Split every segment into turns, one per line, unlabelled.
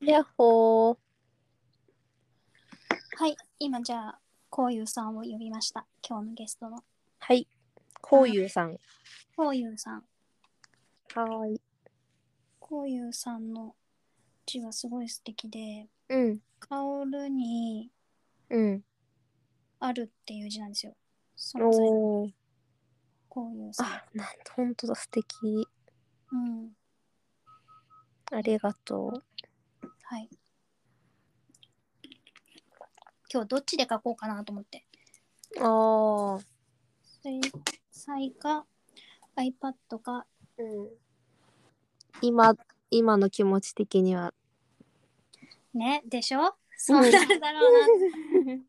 やっほー。
はい、今じゃあ、こういうさんを呼びました。今日のゲストの。
はい。こうゆうさん。
こういうさん。
はーい。
こういうさんの字はすごい素敵で、
うん。
薫に
うん。
あるっていう字なんですよ。その
おー。
こういうさん。
あ、なんほんとだ、素敵。
うん。
ありがと
はい。今日どっちで書こうかなと思って。
う。あー。
水彩か iPad か。
うん。今、今の気持ち的には。
ね、でしょそうなるだろうな。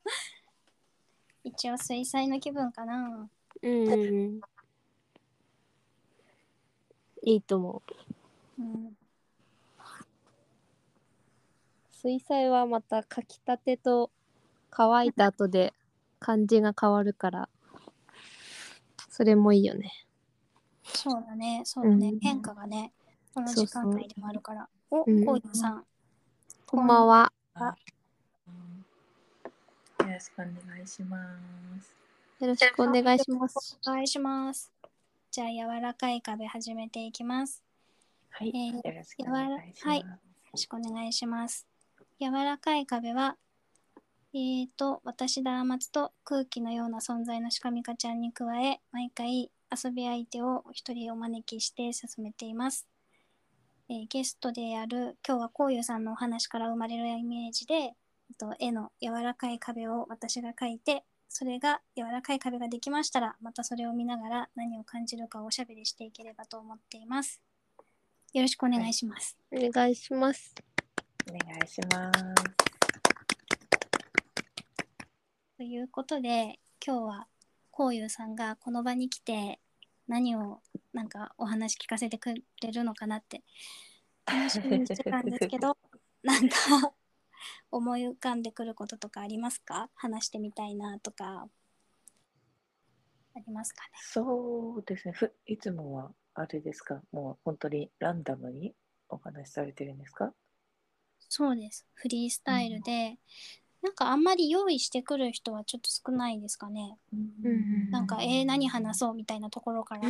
一応水彩の気分かな。
うん。いいと思う。
うん。
水彩はまた書きたてと乾いた後で感じが変わるから、それもいいよね。
そうだね、そうだね、
うん
変化がね、この
そう
時間帯でもあるから。お、
うん
こういうさん、
こんばんは。
よろしくお願いします。
よろしくお願いします。
お願いします。じゃあ、柔らかい壁始めていきます。
はい、
えー
よろしくお願い
やわら
し
は
ま
い
す。
よろしくお願いします。柔らかい壁は、えーと、私だあまつと空気のような存在のしかみかちゃんに加え、毎回遊び相手をお一人お招きして進めています。えーゲストである、今日はこうゆうさんのお話から生まれるイメージで、えっと、絵の柔らかい壁を私が描いて、それが柔らかい壁ができましたら、またそれを見ながら何を感じるかをおしゃべりしていければと思っています。よろしくお願いします。
お願いし ます。
お願いしま
ということで今日はこうゆうさんがこの場に来て何をなんかお話聞かせてくれるのかなって楽しみにしてたんですけ どなんか思い浮かんでくることとかありますか話してみたいなとかありますかね
す。そうですね。ふいつもはあれですか。もう本当にランダムにお話しされてるんですか。
そうですフリースタイルで、なんかあんまり用意してくる人はちょっと少ないですかね
うん
なんか、えー、何話そうみたいなところから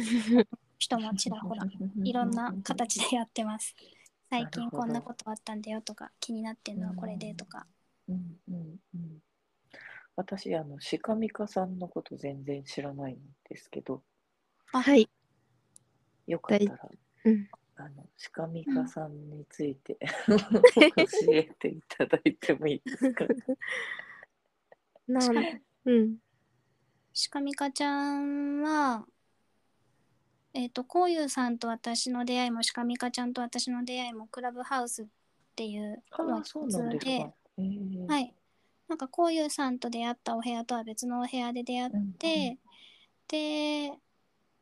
人もちらほらいろんな形でやってます。
な
最
るほど
近こんなことあったんだよとか気になってんのはこれでとか。
うんうんうん。私あのシカミカさんのこと全然知らないんですけど、
あ
はい。
よかったら
うん。
あのシカミカさんについ て、教えていただいてもいいで すか。
な
しか
ん、うん。
しかみかちゃんはえっ、とこうゆうさんと私の出会いもしかみかちゃんと私の出会いもクラブハウスっていう
あ
の
あ、そうなんですか。えー
はい。なんかこういうさんと出会ったお部屋とは別のお部屋で出会っ
うん
て、で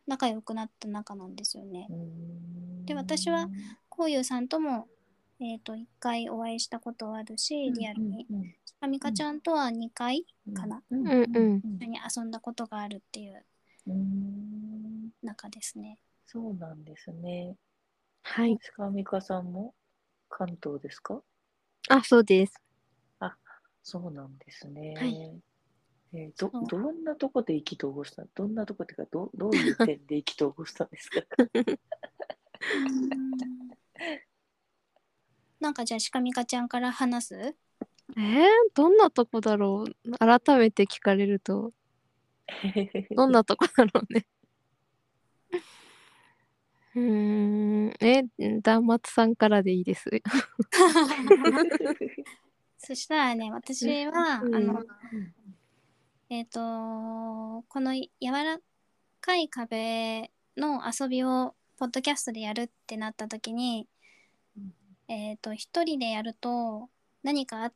仲良くなった仲なんですよね。
うん
で私はこういうさんとも、えっ、と、1回お会いしたことはあるし、リアルに。
うんうん
あみかちゃんとは2回
うん
かな。
うん
うんうん
一緒に遊んだことがあるっていう
うん
中ですね。
そうなんですね。
はい。
鹿美香さんも関東ですか
あ、そうです。
そうなんですね。
はい
えーど
そう
どんなとこで意気投合したどんなとこっていうかどどういう点で意気投合したんですか
なんかじゃあ、しかみかちゃんから話す
えー、どんなとこだろう改めて聞かれると、どんなとこだろうね。 うーん。え、断末さんからでいいです。
そしたらね、私は、
うん
あの、
うん
えっ、とこの柔らかい壁の遊びをポッドキャストでやるってなった時に、えっ、と一人でやると何かあ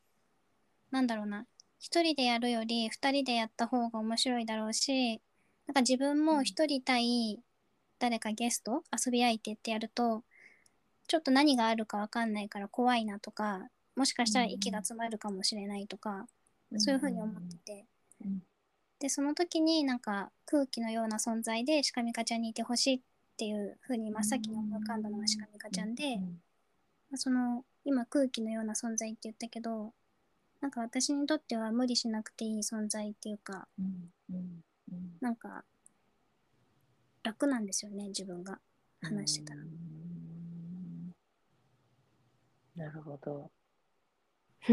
なんだろうな一人でやるより二人でやった方が面白いだろうしなんか自分も一人対誰かゲスト遊び相手ってやるとちょっと何があるかわかんないから怖いなとかもしかしたら息が詰まるかもしれないとか、そういうふうに思ってて。
うん
でその時になんか空気のような存在でしかみかちゃんにいてほしいっていうふうに真っ先に思い浮かんだのがしかみかちゃんで、
うん
その今空気のような存在って言ったけどなんか私にとっては無理しなくていい存在っていうか
うんうんうん
なんか楽なんですよね自分が話してたら
う。んなるほどす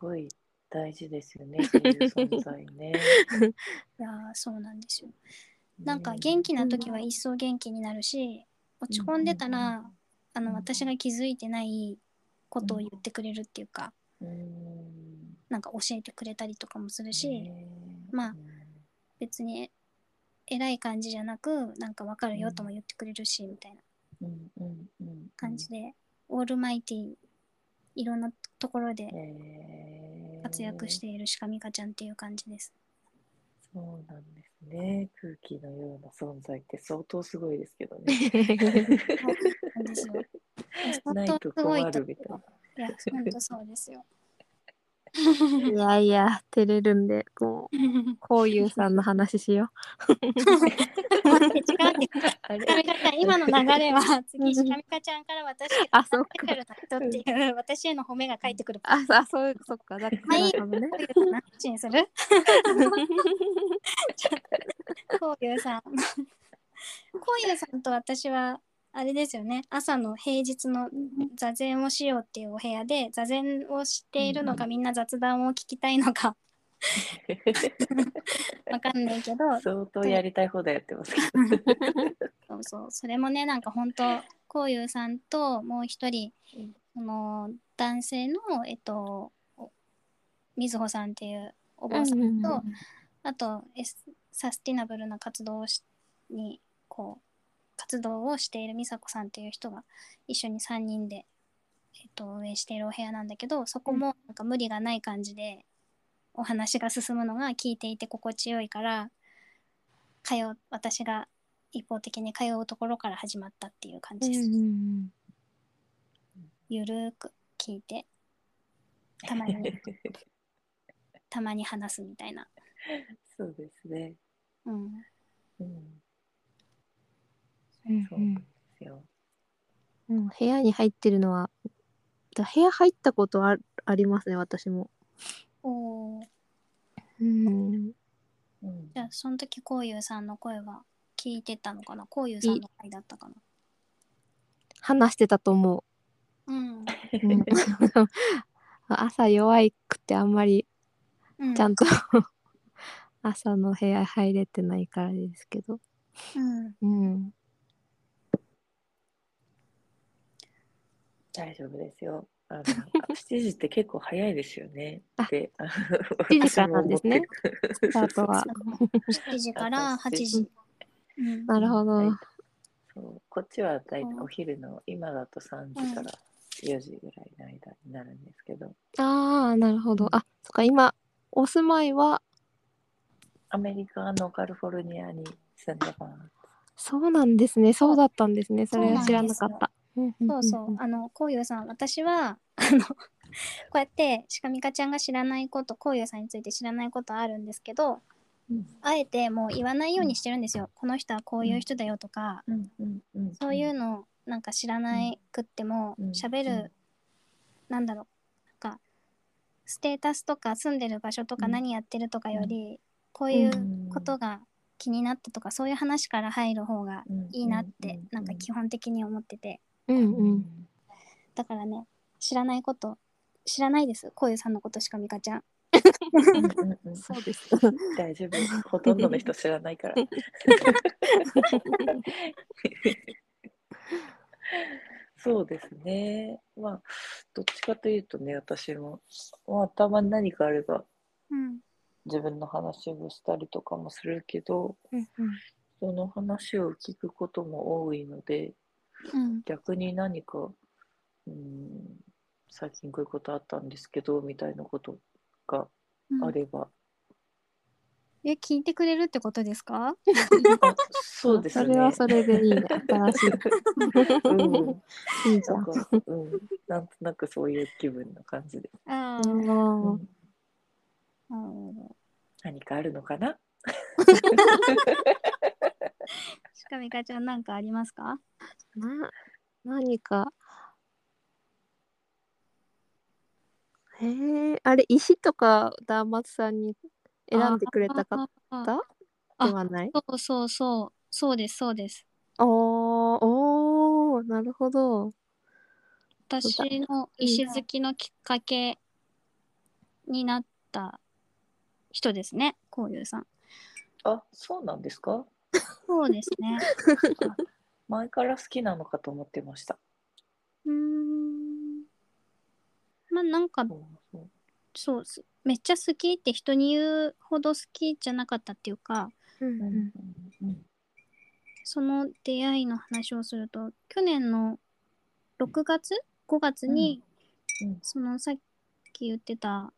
ごい大事です よねそういう存在ね
いやーそうなんですよ。なんか元気な時は一層元気になるし落ち込んでた
うんうん
らあ
う
の
ん
私が気づいてないことを言ってくれるっていうか
うん
なんか教えてくれたりとかもするし
ね
まあ
うん
別に偉い感じじゃなくなんかわかるよとも言ってくれるしみたいな
うんうんうん
感じでオールマイティーいろんなところで
えー
活躍しているシカミカちゃんっていう感じ です。
そうなんですね空気のような存在って相当すごいですけどね
なんですよ。
ない
相
と
当すごい
困
と思
るみたいな
ういや本当そうです よ。
いやいや照れるんでもうこういうさんの話しよ
待って違うって
あれ
シカミカちゃん今の流れは次シカミカちゃんから私へ
あ
の
そっか
レベルの人っていう私への褒めが返ってくる
う。あそあそういうそっかだから
はい
多分ね
こういうの何にするこういうさん。 こういうさんと私は、あれですよね、朝の平日の座禅をしようっていうお部屋で、座禅をしているのか、みんな雑談を聞きたいのか、 わかんないけど、
相当やりたい放題やってますけど
そうそう、それもね、なんか本当、こういうさんと、もう一人、その男性の、えっと、おみずほさんっていうお坊さん
うんうん
と、あと、S、サスティナブルな活動をしにこう活動をしている美佐子さんっていう人が一緒に3人で、えっと、運営しているお部屋なんだけどそこもなんか無理がない感じでお話が進むのが聞いていて心地よいから通う私が一方的に通うところから始まったっていう感じです。ゆるーく聞いてたまにたまに話すみたいな。
そうですね、
うん
うん、
うん
そうなんですよ、
うん部屋に入ってるのはだ部屋入ったことあありますね私も。
おー
うん
うん
じゃあその時こういうさんの声は聞いてたのかなこういうさんの回だったかな
話してたと思う。
うん、
うん 朝弱いくてあんまり
うん、
ちゃんと朝の部屋入れてないからですけど、
うん、
うん、
大丈夫ですよ。あの7時って結構早いですよね。
あ
で、あの
7時からなんですね。
私
スタ
も思って
ートは。
7時から8時、うん、
なるほど。
はいうそうこっちはだいたい
うん
お昼の今だと3時から4時ぐらいの間になるんですけど、
ああ、なるほど。あ、そっか、今、お住まいは、
アメリカのカリフォルニアに住んでます。
そうなんですね。そうだったんですね。それは知らなか
そうなん
っ
で
た。
そうそうあのこういうさん私はあのこうやってしかみかちゃんが知らないことこういうさんについて知らないことあるんですけど
うん
あえてもう言わないようにしてるんですよこの人はこういう人だよとか、
うんうんうん
そういうのなんか知らないくっても
うん
喋る、
うん
なんだろうなんかステータスとか住んでる場所とか
うん
何やってるとかより、こういううんことが気になったとか、そういう話から入る方がいいなって、なんか基本的に思ってて
うんうんうん。
だからね知らないこと知らないですこういうさんのことしかみかちゃん
うんうんうん
そう です。
大丈夫。ほとんどの人知らないから。そうですね。まあ、どっちかというとね、私も、まあ、たまに何かあれば
うん
自分の話をしたりとかもするけど、
うん
その話を聞くことも多いので、
うん
逆に何か、うん、最近こういうことあったんですけど、みたいなことがあれば、
え聞いてくれるってことですか
あそうですね。
それはそれでいいね。新し
うん
い。いいじゃ
なん
ん。
か、うん、なんとなくそういう気分の感じで、
ああ、
うん
うん
うん、
何かあるのかな
しかみかちゃんなんかありますか
な何かへえあれ石とかダーマツさんに選んでくれた方
あ
ではない
そうそうそうそうですそうです
あーおーなるほど
私
そうだ
の石好きのきっかけになった人ですねこういうさん
あ、そうなんですか。
そうです ね
前から好きなのかと思ってました。
うーんまあなんか
そうそう
そうすめっちゃ好きって人に言うほど好きじゃなかったっていうか
うんうん
うん
その出会いの話をすると去年の6月5月に、
うんうん
そのさっき言ってた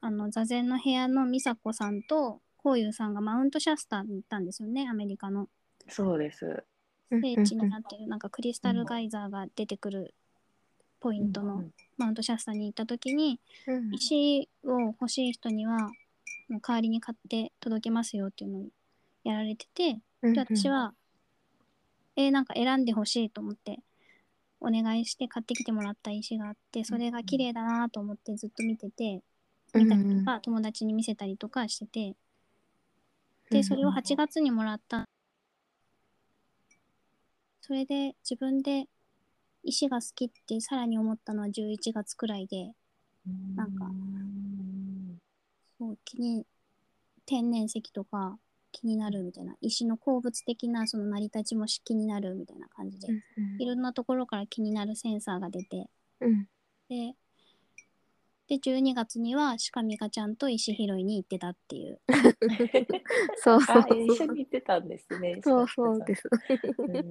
あの座禅の部屋の美佐子さんとこういうさんがマウントシャスターに行ったんですよねアメリカの
そうです。
聖地になってるなんかクリスタルガイザーが出てくるポイント
う
の
ん
マウントシャスターに行った時に
うん
石を欲しい人にはもう代わりに買って届けますよっていうのをやられてて、
うん
で私は、えーなんか選んでほしいと思ってお願いして買ってきてもらった石があってそれが綺麗だなと思ってずっと見てて見たりとか友達に見せたりとかしててでそれを8月にもらったそれで自分で石が好きってさらに思ったのは11月くらいでなんかそう気に天然石とか気になるみたいな石の鉱物的なその成り立ちも気になるみたいな感じで、いろんなところから気になるセンサーが出て
うん
でで12月には鹿美香ちゃんと石拾いに行ってたっていう
そうそう
あ、一緒に行ってたんですね。。
そうそうですす
そう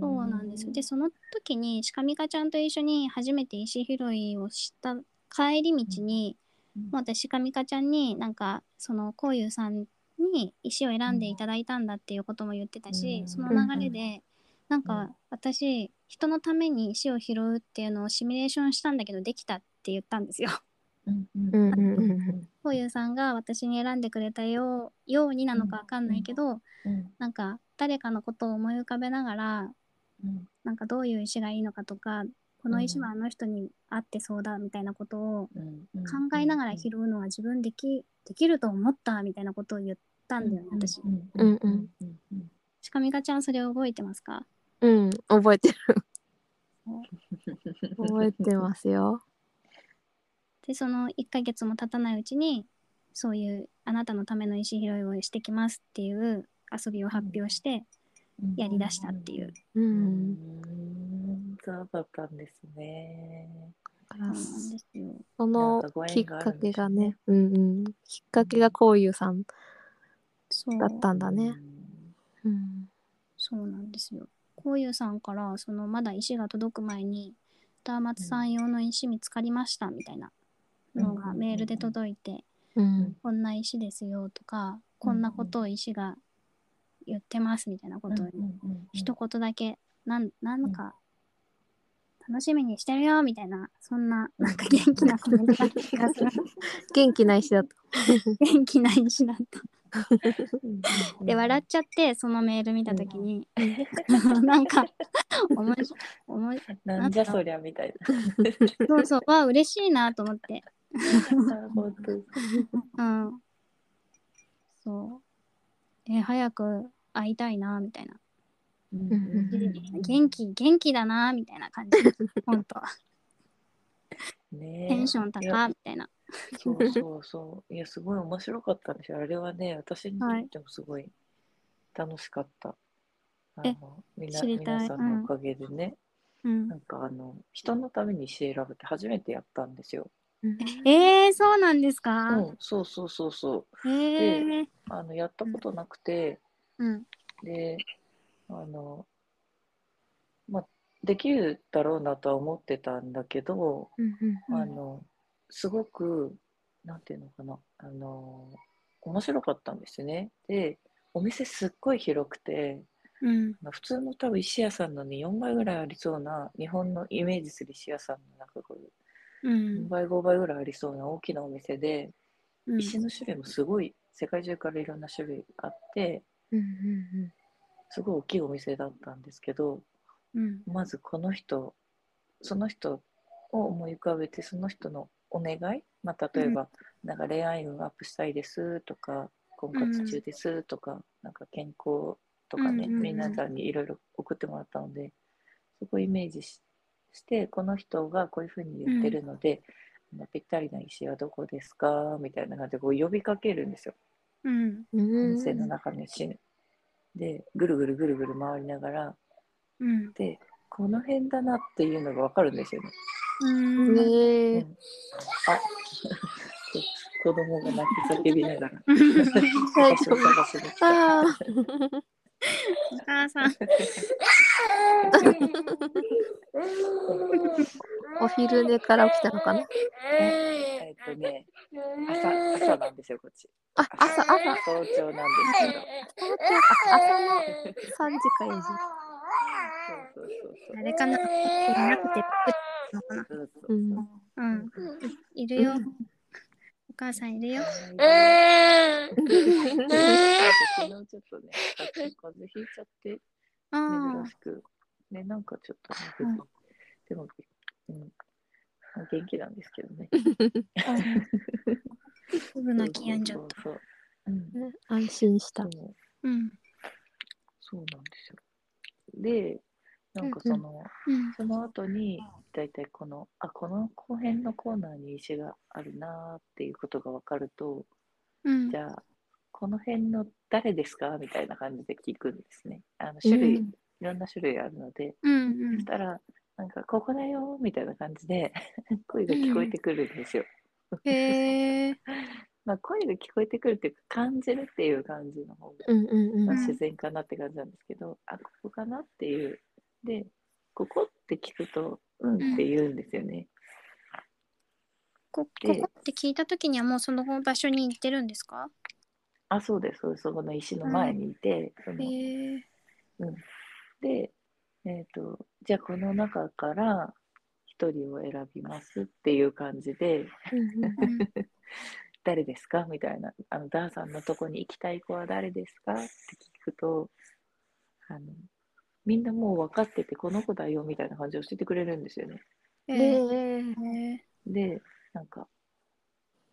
そう
なんですよでその時に鹿美香ちゃんと一緒に初めて石拾いをした帰り道に、
うん
もう私鹿美香ちゃんになんかそのこういうさんに石を選んでいただいたんだっていうことも言ってたし、
うん
その流れで、
う
なん
う
か
ん
私人のために石を拾うっていうのをシミュレーションしたんだけどできたって言ったんですよ。
うんう
うんんうんうん
こういうさんが私に選んでくれたようようになのかわかんないけど、
うん
なんか誰かのことを思い浮かべながら
うん
なんかどういう石がいいのかとかこの石はあの人に合ってそうだみたいなことを
うんうん
考えながら拾うのは自分できできると思ったみたいなことを言ったんだよね、私。
うん
うんうん
うんうん
しかみかちゃんそれ覚えてますか
うん、覚えてる。覚えてますよ。
でその1ヶ月も経たないうちにそういうあなたのための石拾いをしてきますっていう遊びを発表してやりだしたっていう。
う。
うんん。そうだったんですね。
だか
そう
ら
なんですよ
そ
なん
の
かご
き
縁
っ
がある
か
ん
け
でしょ
が
う
ね
ね、
うんうん、きっかけがこういうさん
そう
だったんだね。うん。
そうなんですよ。こういうさんからそのまだ石が届く前に「ダーマツさん用の石見つかりました」みたいなの
うんうんうん
が
うん
メールで届いて「
うん。
こんな石ですよ」とか「こんなことを石が言ってます」みたいなことを一言だけなんなんか楽しみにしてるよみたいなそんななんか元気なコメントだった気がす る
元気ないしだった。
元気な石だった。
言
で笑っちゃってそのメール見た時に なんかおもしおもし
なんじゃそりゃみたい
そうそう、わあ、嬉しいなと思って。
な。本
う
当
ん。そう。え、早く会いたいなみたいな。元気、元気だなみたいな感じ。本当。
ねえ
テンション
いや
高みたいな。
そうそうそう。いや、すごい面白かったんですよ。あれはね、私にとってもすごい楽しかった。
い
あのみな
知りたい
皆さんのおかげでね、
うん
な。んかあの人のために石選ぶって初めてやったんですよ。
えー、そうなんですか。
うん、そうそうそうそう。
えー。
あのやったことなくて、
うん。
であの、まあ、できるだろうなとは思ってたんだけど、
うん
あのすごくなんていうのかなあの面白かったんですね。でお店すっごい広くて
うん。
まあ普通の多分石屋さんのね4倍ぐらいありそうな日本のイメージする石屋さんの中こう
う
4
ん。
倍5倍ぐらいありそうな大きなお店で
うん
石の種類もすごい世界中からいろんな種類あってすごい大きいお店だったんですけど
うん。
まずこの人その人を思い浮かべてその人のお願い、まあ、例えば、なんか恋愛運アップしたいですとか婚活中ですとか、なんか健康とかね、
うんうんうん
皆さんにいろいろ送ってもらったのでそこをイメージししてこの人がこういうふうに言ってるので、あのぴったりな石はどこですかみたいな感じでこう呼びかけるんですよ
うん
お
うん
店の中の石、でぐるぐるぐるぐる回りながら
うん
でこの辺だなっていうのが分かるんですよね。
うんうん
ね
うんあ 子供が泣き叫びながら
大
私
丈
を
夫
探しに来た
ああ
お母さん
お昼寝から起きたのかな
えっとね朝朝なんですよこっち
あ朝朝
早朝なんですけど
あ朝の3時か4時
そうそうそう
あれかな寝なくてのかな
そうそう
う
そうん
うんいるよ
う
お母さんいるよ
昨日ちょっとね風邪ひいちゃって
あ
珍
あ
しくねなんかちょっとね、
うん
でも、うん、元気なんですけどね
すぐ泣き止んじゃった
そうそうそううん
ね安心した
でも
うん
そうなんですよでなんかその、
うん
その後にだいたいこのあこの後編のコーナーに石があるなーっていうことが分かると
うん
じゃあこの辺の誰ですかみたいな感じで聞くんですねあの種類、
う
い
ん
ろんな種類あるので
うんう
そ
ん
したらなんかここだよーみたいな感じで声が聞こえてくるんですよ、
へえ
まあ声が聞こえてくるっていうか感じるっていう感じの方が
うんうん
ま
う
あ
ん
自然かなって感じなんですけど、あここかなっていうでここって聞くとうんって言うんですよね、
こここって聞いた時にはもうその場所に行ってるんですか
あそうですそうですそこの石の前にいて、そ
へ
の
え
でえっ、とじゃあこの中から一人を選びますっていう感じで
うんうん
うん
誰ですかみたいなあのダーさんのとこに行きたい子は誰ですかって聞くとあのみんなもう分かっててこの子だよみたいな感じで教えてくれるんですよね。
へえ
ね
へ
で、なんか、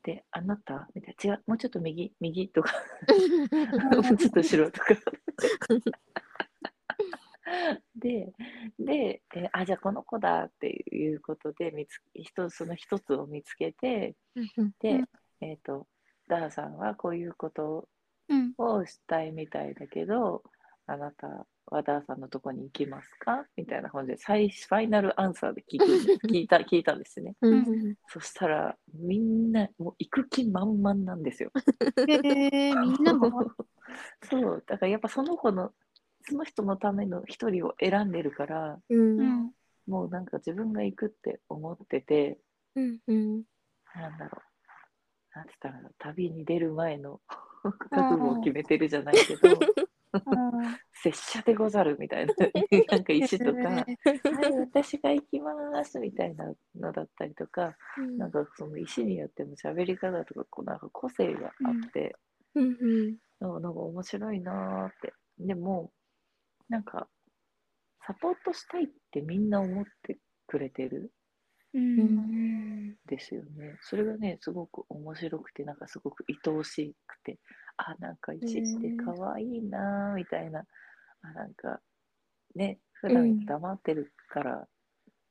で、あなたみたいな、違う、もうちょっと右、右とか、もうちょっと後ろとか。で、で、えあ、じゃあこの子だっていうことで、見つ一つその一つを見つけて、
うん
で、
うん
えっ、と、ダーさんはこういうこと
うん
をしたいみたいだけど、あなたはダーさんのとこに行きますかみたいな感じで、最ファイナルアンサーで聞 く聞いた、聞いたんですね。
うんうん
そしたらみんなもう行く気満々なんですよ。
へえみんなも
そうだからやっぱその子のその人のための一人を選んでるから
うん
う
うん
ん
もうなんか自分が行くって思ってて
うんうん
なんだろうなんつったらいいの旅に出る前の覚悟を決めてるじゃないけど拙者でござるみたい ななんか石とか「は
へ
い私が行きます」みたいなのだったりとかなんかその石によっても喋り方とかこうなんか個性があって。
うんうん
そうなんか面白いなーって。でも、なんか、サポートしたいってみんな思ってくれてる
うん
うん
んですよね。それがね、すごく面白くて、なんかすごく愛おしくて、あ、なんか石って可愛いなーみたいな、あ、なんか、ね、普段黙ってるから、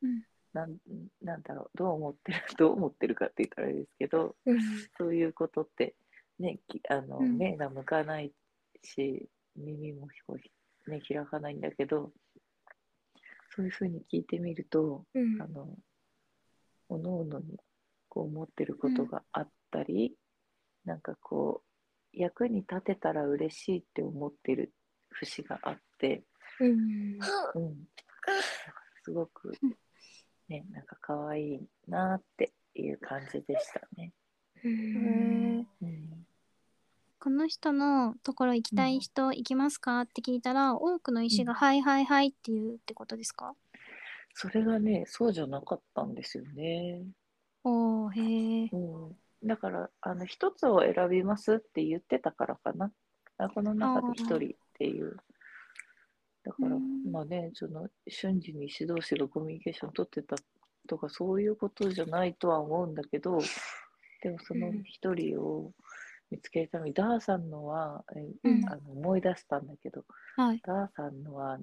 うん
なんなんだろう、どう思ってる、 どう思ってるかって言ったらあれですけど、
うん
そういうことって、ね、きあの
うん
目が向かないし、耳もひこひ、ね、開かないんだけど、そういうふうに聞いてみると、
うん
あの、おのおのにこう思ってることがあったり、なんかこう、役に立てたら嬉しいって思ってる節があって、
うん
うん、すごく、ね、なんか可愛いなっていう感じでしたね。
うん
うん
この人のところ行きたい人行きますかって聞いたら多くの医師が「はいはいはい」って言うってことですか
それがね、そうじゃなかったんですよね。
おおへえ
うん、だから、あの、一つを選びますって言ってたからかな。あこの中で一人っていう。だから、
うん
まあね、その瞬時に指導士がコミュニケーション取ってたとかそういうことじゃないとは思うんだけどでもその
うん
一人を見つけるために、ダーさんのは、え
うん
あの思い出したんだけど
はい。
ダーさんのは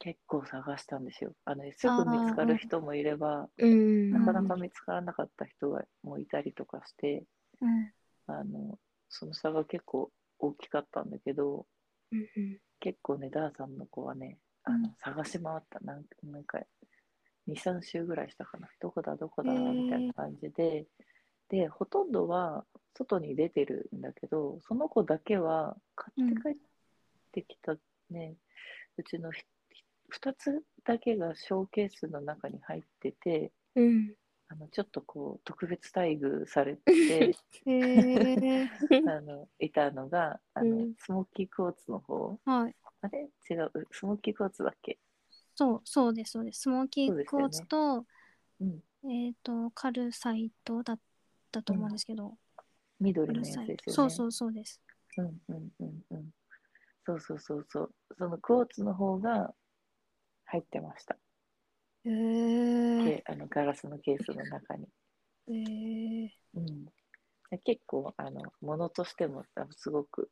結構探したんですよあのすぐ見つかる人もいれば
うん。
なかなか見つからなかった人がもういたりとかして
うん
あのその差が結構大きかったんだけど
うんうん
結構ねダーさんの子はねあの、
うん
探し回ったなんなんか23週ぐらいしたかなどこだどこだ
へー
みたいな感じで、でほとんどは外に出てるんだけどその子だけは買って帰ってきたね、うちの2つだけがショーケースの中に入ってて
うん。
あのちょっとこう特別待遇され て
へえ。
あのいたのがあの、
うん
スモーキークォーツの方
はい。
あれ違うスモーキークォーツだっけ
そう、そうです、そうです。スモーキーコーツと、
うん、
えっ、と、カルサイトだったと思うんですけど、
緑
カ
の
ル
やつです
サ
よ
イ
ね
ト。。そうそうそうです。
うんうんうんうん。そうそうそうそう。そのクォーツの方が入ってました。
へ
け
え。
あのガラスのケースの中に。
へ
うん、で結構あの物としてもあのすごく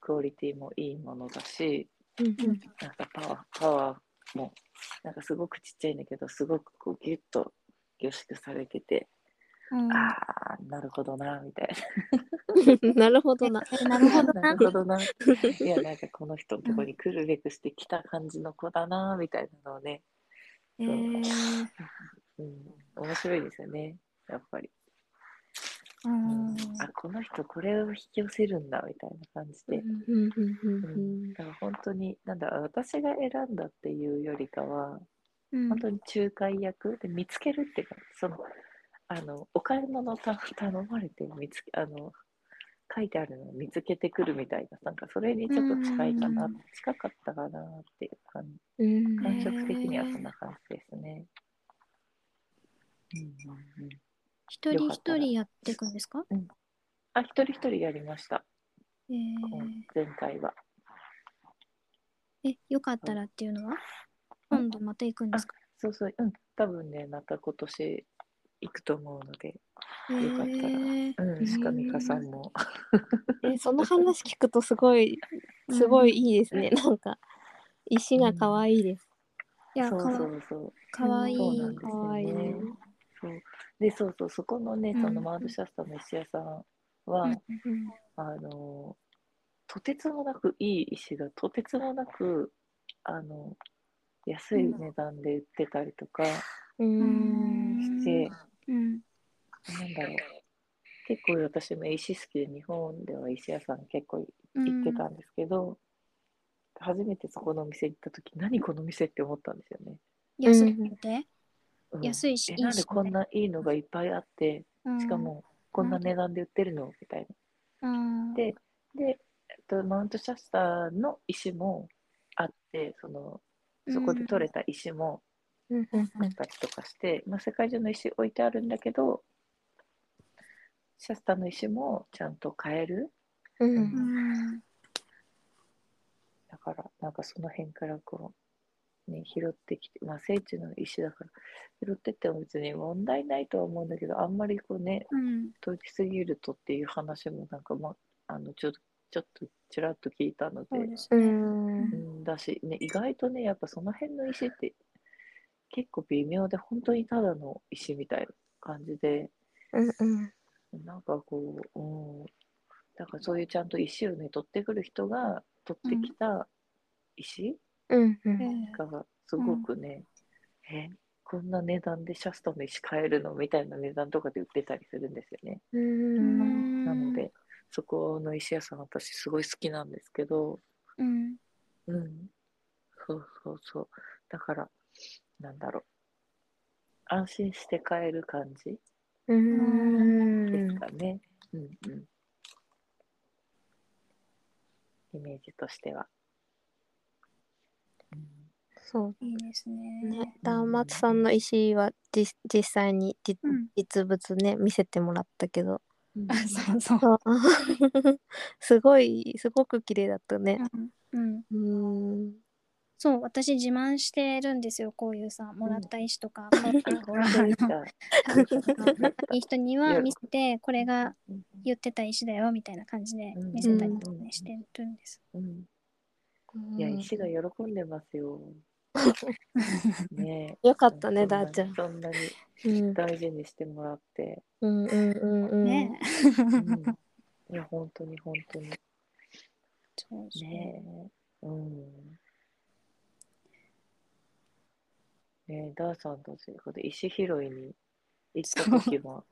クオリティもいいものだし、
うん
なんかパワーパワーもなんかすごくちっちゃいんだけどすごくこうギュッと凝縮されてて、
うん、
ああなるほどなみたいな。
うん。なるほどな。
えなる ほど
な
な。
るほどな。いや、なんかこの人のとこに来るべくして来た感じの子だな、みたいなのをね、
へえ。
うん、面白いですよね、やっぱり。
うん、
あ、この人これを引き寄せるんだ、みたいな感じで。
うんうんうん
だから本当に、なんだ、私が選んだっていうよりかは、
うん
本当に仲介役で見つけるっていうか、その、あの、お買い物た頼まれて見つけ、あの、書いてあるのを見つけてくるみたいな、なんかそれにちょっと近いかな、
うん
近かったかなっていう感じ。
うん。
感
感
触
触
的
的
に
に
は
は
そ
そ
ん
ん
な感じですね。
一人一人やっていくんですか
あ、一人一人やりました、
えー
前回は。
え、よかったらっていうのは今度また行くんですか
そうそう、うん、多分ね、また今年行くと思うので、
え
よかった
ー
らう
へ
ん、
ー
鹿美香さんも。
えその話聞くとすごいすごいいいですね、なんか石が可愛いです、
いや、
そ
か
うそ
わ
うそう。
かわいい。
そうなんです
可
よ
愛い
ね。そうで、そうそう、そこのね、その
うん
マードシャスターの石屋さんは、
うん
うん
あのとてつもなくいい石がとてつもなくあの安い値段で売ってたりとか、
う
うんん
して、
うん。
なんだろう結構私も石好きで日本では石屋さん結構行ってたんですけど、初めてそこのお店行った時何この店って思ったんですよね。
安くて、
うん
安いし、
えなんでこん
な、
ないいのがいっぱいあって
うん
しか、もこんな値段で売ってるのみたいな。
うん、
でで、えっと、マウントシャスターの石もあってそのそこで取れた石も
うんうん
あったりとかして、まあ、世界中の石置いてあるんだけどシャスターの石もちゃんと買える
うん
う
うん
ん、
だからなんかその辺からこう、ね、拾ってきて、まあ、聖地の石だから拾ってっても別に問題ないとは思うんだけどあんまりこうね
うん、
解きすぎるとっていう話もなんか、ま、あのちょちょっとちらっと聞いたので。
そうです
う
ね。
ん
うんだし、ね、意外とねやっぱその辺の石って結構微妙で本当にただの石みたいな感じで
うん
なんかこう、うん、だからそういうちゃんと石をね取ってくる人が取ってきた石
うんう
え
ん
ー
がすごくね、えこんな値段でシャスタの石買えるのみたいな値段とかで売ってたりするんですよね。
うん
なのでそこの石屋さん私すごい好きなんですけど。
うん、
うん。そうそうそう。だから、なんだろう。安心して買える感じ
うん
ですかね。うん、うん、イメージとしては。うん
そう
いいですね。
ねダーマツさんの石はじ実際にじ
うん
実物ね見せてもらったけ ど
うん
そうそう。
そうすごいすごく綺麗だったね
うん、うん、
うん
そう私自慢してるんですよこういうさもらった石とか、買った
あなんか
いい人には見せてこれが言ってた石だよみたいな感じで見せたりとかねしてるんです。
うんいや、石が喜んでま すよ。ね
よか
あ
ったね、だーちゃん。
そんなに
うん
大事にしてもらって。
うんうんうんうん。
ね
うん、いや、本当に本当に。
そうそう
ねえ。うん。ねえ、ダーさんたち、これ石拾いに行った時は、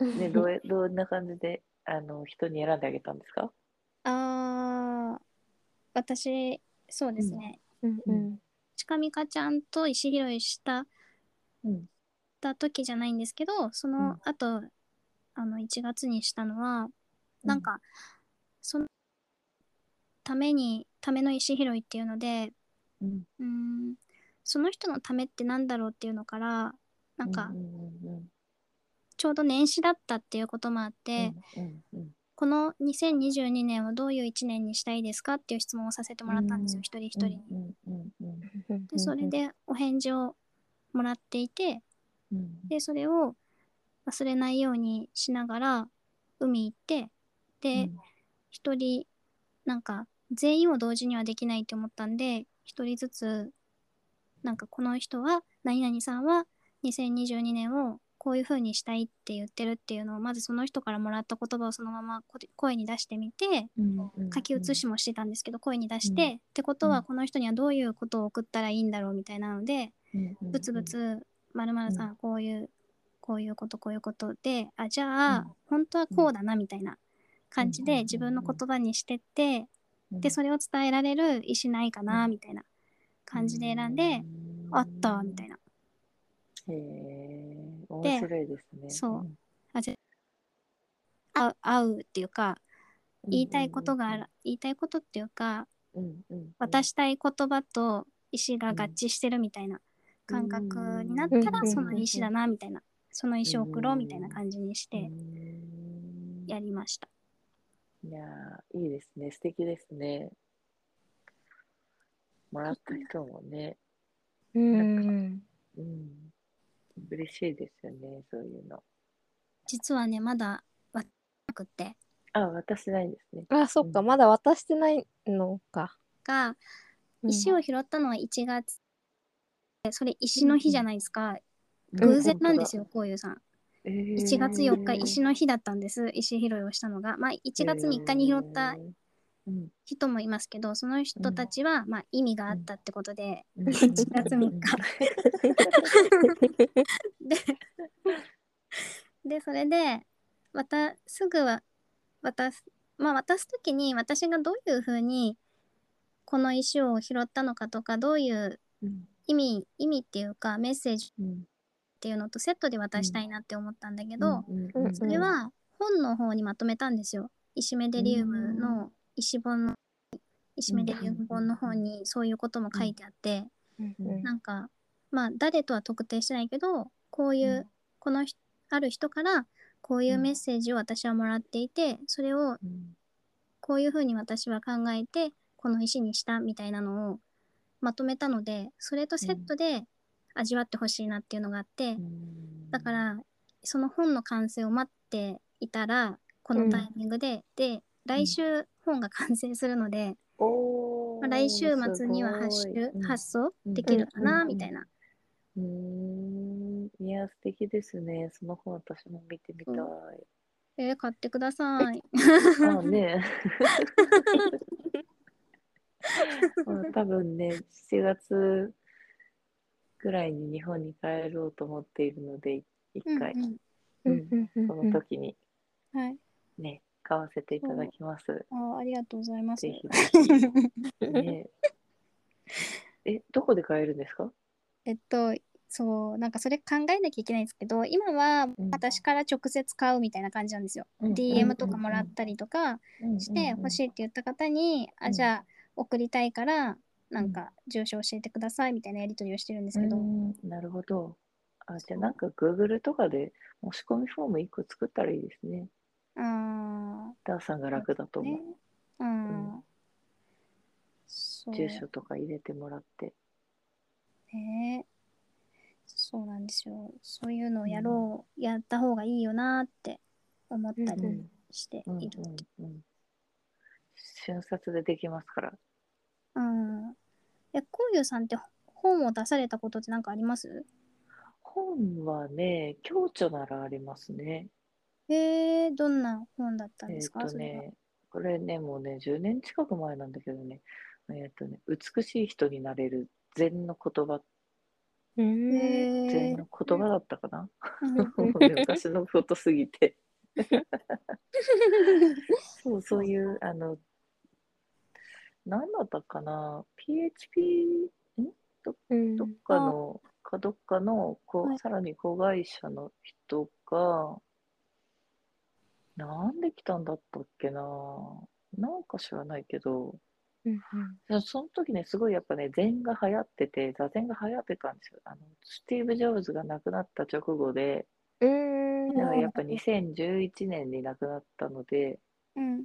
ね、どうやどんな感じであの人に選んであげたんですか
あー私そうですね、
うんうん
ちかみかちゃんと石拾いした
うん。
た時じゃないんですけどその後、あの1月にしたのはなんか、そのためにための石拾いっていうので
うん、
うーんその人のためってなんだろうっていうのからなんか
うんうん
ちょうど年始だったっていうこともあって、
うんうん
この2022年をどういう1年にしたいですかっていう質問をさせてもらったんですよ、
うん
一人一人に。
うんうんうん
うん。
でそれでお返事をもらっていて
うん
でそれを忘れないようにしながら海行ってで一、人なんか全員を同時にはできないって思ったんで一人ずつなんかこの人は何々さんは2022年をこういう風にしたいって言ってるっていうのをまずその人からもらった言葉をそのままこ声に出してみて、
うん
書き写しもしてたんですけど声に出して、
うん
ってことは
うん
この人にはどういうことを送ったらいいんだろうみたいなので、ぶつぶつまるまるさんこういうこういうことこういうことであじゃあ、
うん
本当はこうだなみたいな感じ
うんうん
で
うんうん
自分の言葉にしてって、でそ
れ
れを伝えられる意思ないかなみたいな感じで選んで、あったみたい
な
な
へえ面白いですね
そう合う合うっていうか言いたいことがある、言いたいことっていうか渡したい言葉と意思が合致してるみたいな感覚になった
う
ら
ん
その意思だなみたいなその意思を送ろうみたいな感じにして
い
やりました。
いやーいいですね素敵ですねもらった人もね
うん。
うん嬉しいですよねそういうの
実はねまだわなくて
あ渡してないんですね
あ、そっか、まだ渡してないのか。
が
うん
石を拾ったのは1月でそれ石の日じゃないですか
ん
偶然なんですよこういうさん
1
1月4日石の日だったんです石拾いをしたのがまあ1月3日に拾った人もいますけどその人たちはまあ意味があったってことで1
1
月3日 ででそれでまたすぐは渡すまあ渡す時に私がどういうふうにこの石を拾ったのかとかどういう意味意味っていうかメッセージっていうのとセットで渡したいなって思ったんだけど、それは本の方にまとめたんですよ。石メデリウムの石本の石メデリウム本の方にそういうことも書いてあって、
うん
なんかまあ誰とは特定してないけどこういう、
うん
このひある人からこういうメッセージを私はもらっていてそれをこういうふうに私は考えてこの石にしたみたいなのをまとめたのでそれとセットで味わってほしいなっていうのがあって、だからその本の完成を待っていたらこのタイミングで、で来週本が完成するので、まあ来週末には発出発送できるか
うんうんう
なんみたいな。
うんいや素敵ですねその本私も見てみたい
えー買ってくだ さい。
あね まあ多分ね7月ぐらいに日本に帰ろうと思っているので一回
うん
うんうん
その時に
うんはい。
ね買わせていただきます。
あーありがとうございます。
ぜ
え
ひね、え、どこで買えるんですか？
っとそうなんかそれ考えなきゃいけないんですけど今は
ん
私から直接買うみたいな感じなんですよ。DM とかもらったりとかして欲しい
い。
って言った方に、
う
あ
ん
じゃあ送りたいからなんか住所教えてくださいみたいなやり取りをしてるんです
う
けど、
ん、なるほど。あ、じゃあなんか Google とかで申し込みフォーム一個作ったらいいですね。
あ
ダーさんが楽だと
あ
思う
ね。うん、そそう
住所とか入れてもらって
ねそうなんですよそういうのをやろう、やった方がいいよなって思った
うんう
り
ん
して
うん
いる、
うんうん瞬殺でできますから
うんえこういうさんって本を出されたことって何かあります
本はね共著ならありますね
えー、どんな本だったん
え
で
っ
すか、
とねこれねもうね10年近く前なんだけどねえっとね美しい人になれる禅の言葉
う
それは
ん。
禅
え
の言葉だったかな、
ー
もうね 昔のことすぎてそうそういうあの何だったかな PHP
うん
どっかのかどっかのこう、
はい
さらに子会社の人がなんで来たんだったっけななんか知らないけど
うん
その時ねすごいやっぱね禅が流行ってて座禅が流行ってたんですよあのスティーブ・ジョブズが亡くなった直後で
うん。
だからやっぱ
うん
2011年に亡くなったので、
うん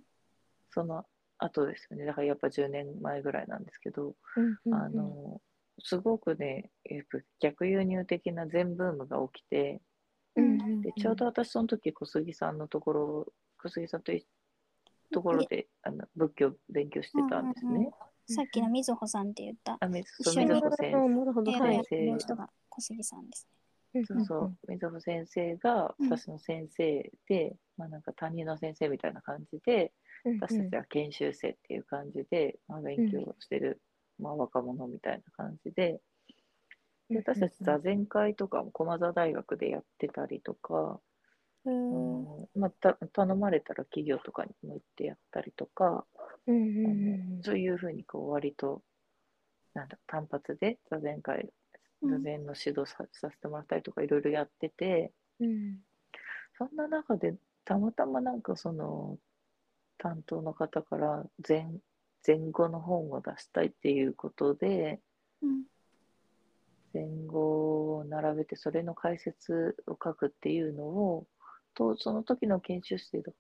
その後ですよねだからやっぱ10年前ぐらいなんですけど、
うんうん
あのすごくねやっぱ逆輸入的な全ブームが起きて
うんうん
でちょうど私その時小杉さんのところ小杉さんといところであの仏教勉強してたんです
うんうんう
ね。
さっきのみずほさんって言った、
あみ
一
そ
緒
う
に
みずほ先
あーなるほど
えー
はい
やっ
先
てる人
生
が小杉さんです
そうそうみずほ先生が
うん
私の先生で、まあなんか担任の先生みたいな感じで
うん
私たちは研修生っていう感じで、まあ、勉強をしてる、まあ、若者みたいな感じでで私たち座禅会とかも駒澤大学でやってたりとか、
ね。うん
うんまあ、た頼まれたら企業とかにも行ってやったりとか、
うんうんうん
そういうふうにこう割となんだ単発で座禅会
うん
座禅の指導さ,、させてもらったりとかいろいろやってて
うん
そんな中でたまたまなんかその担当の方から前前後の本を出したいっていうことで
うん
前後を並べてそれの解説を書くっていうのをとその時の研修生と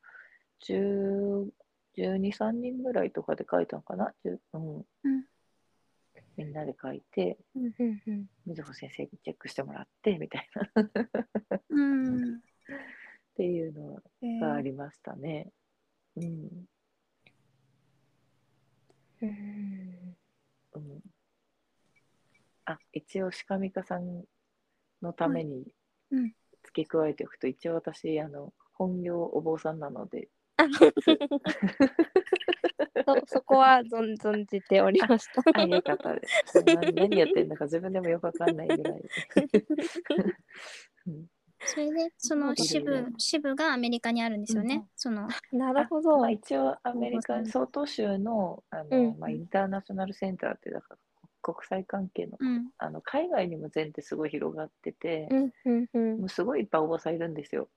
1 2 3人ぐらいとかで書いたのかな、10うん
うん
みんなで書いて
うんうんうん
水穂先生にチェックしてもらってみたいなっ
うん
ていうの
えー
がありましたね。うん
うん
うん、あ一応しかみかさんのために
うん
付け加えておくと、一応私あの本業お坊さんなので
そ そこは存存じておりま した。
あよかったで す何何やってんだか自分でもよくわかんないぐらい、うん
それで、その支
いろい
部
ろ、
支部がアメリカにあるんですよ
う
ね
ん。
その、
なるほ
あ
ど。
まあ、一応アメリ
お
カ
坊さん
総統州のあの、
うん
まあ、インターナショナルセンターってだから国際関係の,、
うん。
あの海外にも全ってすごい広がってて、
うんうんうん
もうすごいいっぱいお坊さんいるんですよ。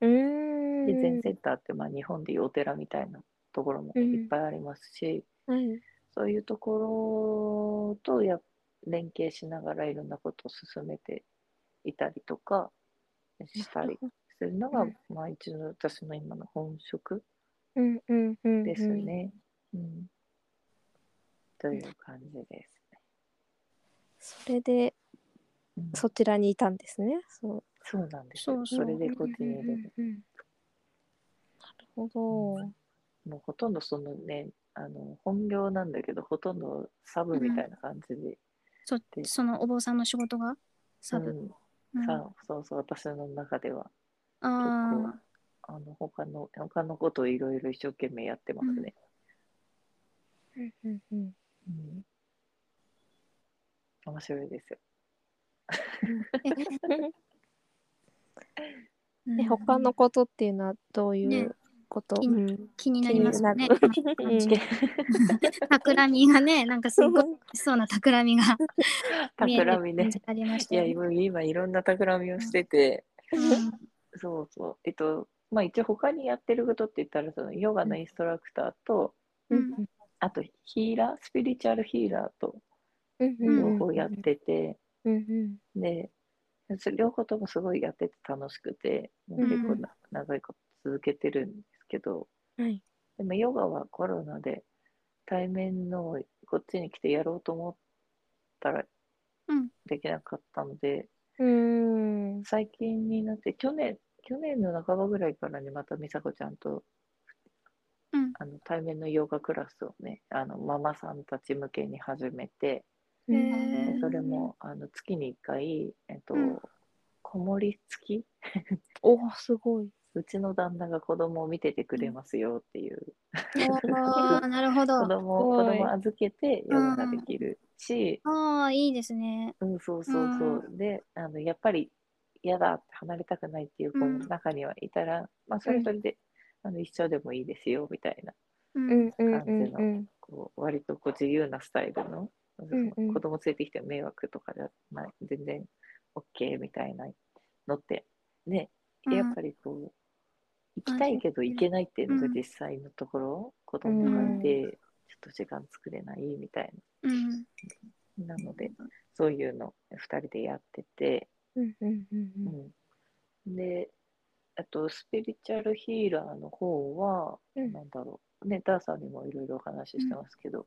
うん
で全センターってまあ日本でいうお寺みたいなところもいっぱいありますし、
はい
そういうところとや連携しながらいろんなことを進めていたりとかしたりするのが、
うん
まあ一応私の今の本職
うんうんうんうん
ですね。うんという感じです。
それで
うん
そちらにいたんですね。そう。
そうなんです
そうそう
それでこっちにいる、
うんうんうんなるほど。
もうほとんどそのねあの本業なんだけどほとんどサブみたいな感じで、
そ
で
そのお坊さんの仕事がサブ。
う
うんん
さ
あ
そうそう私の中では
あー。
あの他の他のことをいろいろ一生懸命やってますね。
うんうんうん
うん面白いですよ。
うん
え他のことっていうのはどうい
ね
うこと、
気
うん
気になりますよね。
る うん
企みがね、なんかすごい楽しそうな企みが見えて
企み
る
ね
感じ。がありまし
い
た
や
よね。
今今いろんな企みをしてて、
うん
そうそうえっとまあ一応他にやってることって言ったらそのヨガのインストラクターと、
うん
あとヒーラースピリチュアルヒーラーと
うんうんうん
両方やってて、
うんうん
でそ両方ともすごいやってて楽しくてもう結構な長いこと続けてるんですけど、
はい
でもヨガはコロナで対面のをこっちに来てやろうと思ったら
うん
できなかったので、
うん。
最近になって去年去年の半ばぐらいからねまた美佐子ちゃんと
うん
あの対面のヨガクラスをねあのママさんたち向けに始めて、
う
へ
ん。
で
ー
それもあの月に1回、えっと
うん
子守付き
おーすごい。
うちの旦那が子供を見ててくれますよっていう
ああ、なるほど。
子
あ
供
す
を
ご
子
い
供預けてヨガができるし、
あー、いいですね。
うんそうそうそう、であのやっぱり嫌だって離れたくないっていう子も
うん
中にはいたら、まあそれぞれで、あの一緒でもいいですよみたいな
う
うんん。うんうんうん。
こう割とこう自由なスタイルの、
んうん
子供連れてきて迷惑とかじゃない全然 OK みたいなのってね
うん
やっぱりこう行きたいけど行けないっていうのが実際のところ、子供がいて、ちょっと時間作れないみたい
うん。
ななのでそういうの2人でやってて、
うんうんう
うんんであとスピリチュアルヒーラーの方は
うん。
なんだろう、ね、ダーさんにもいろいろお話ししてますけど、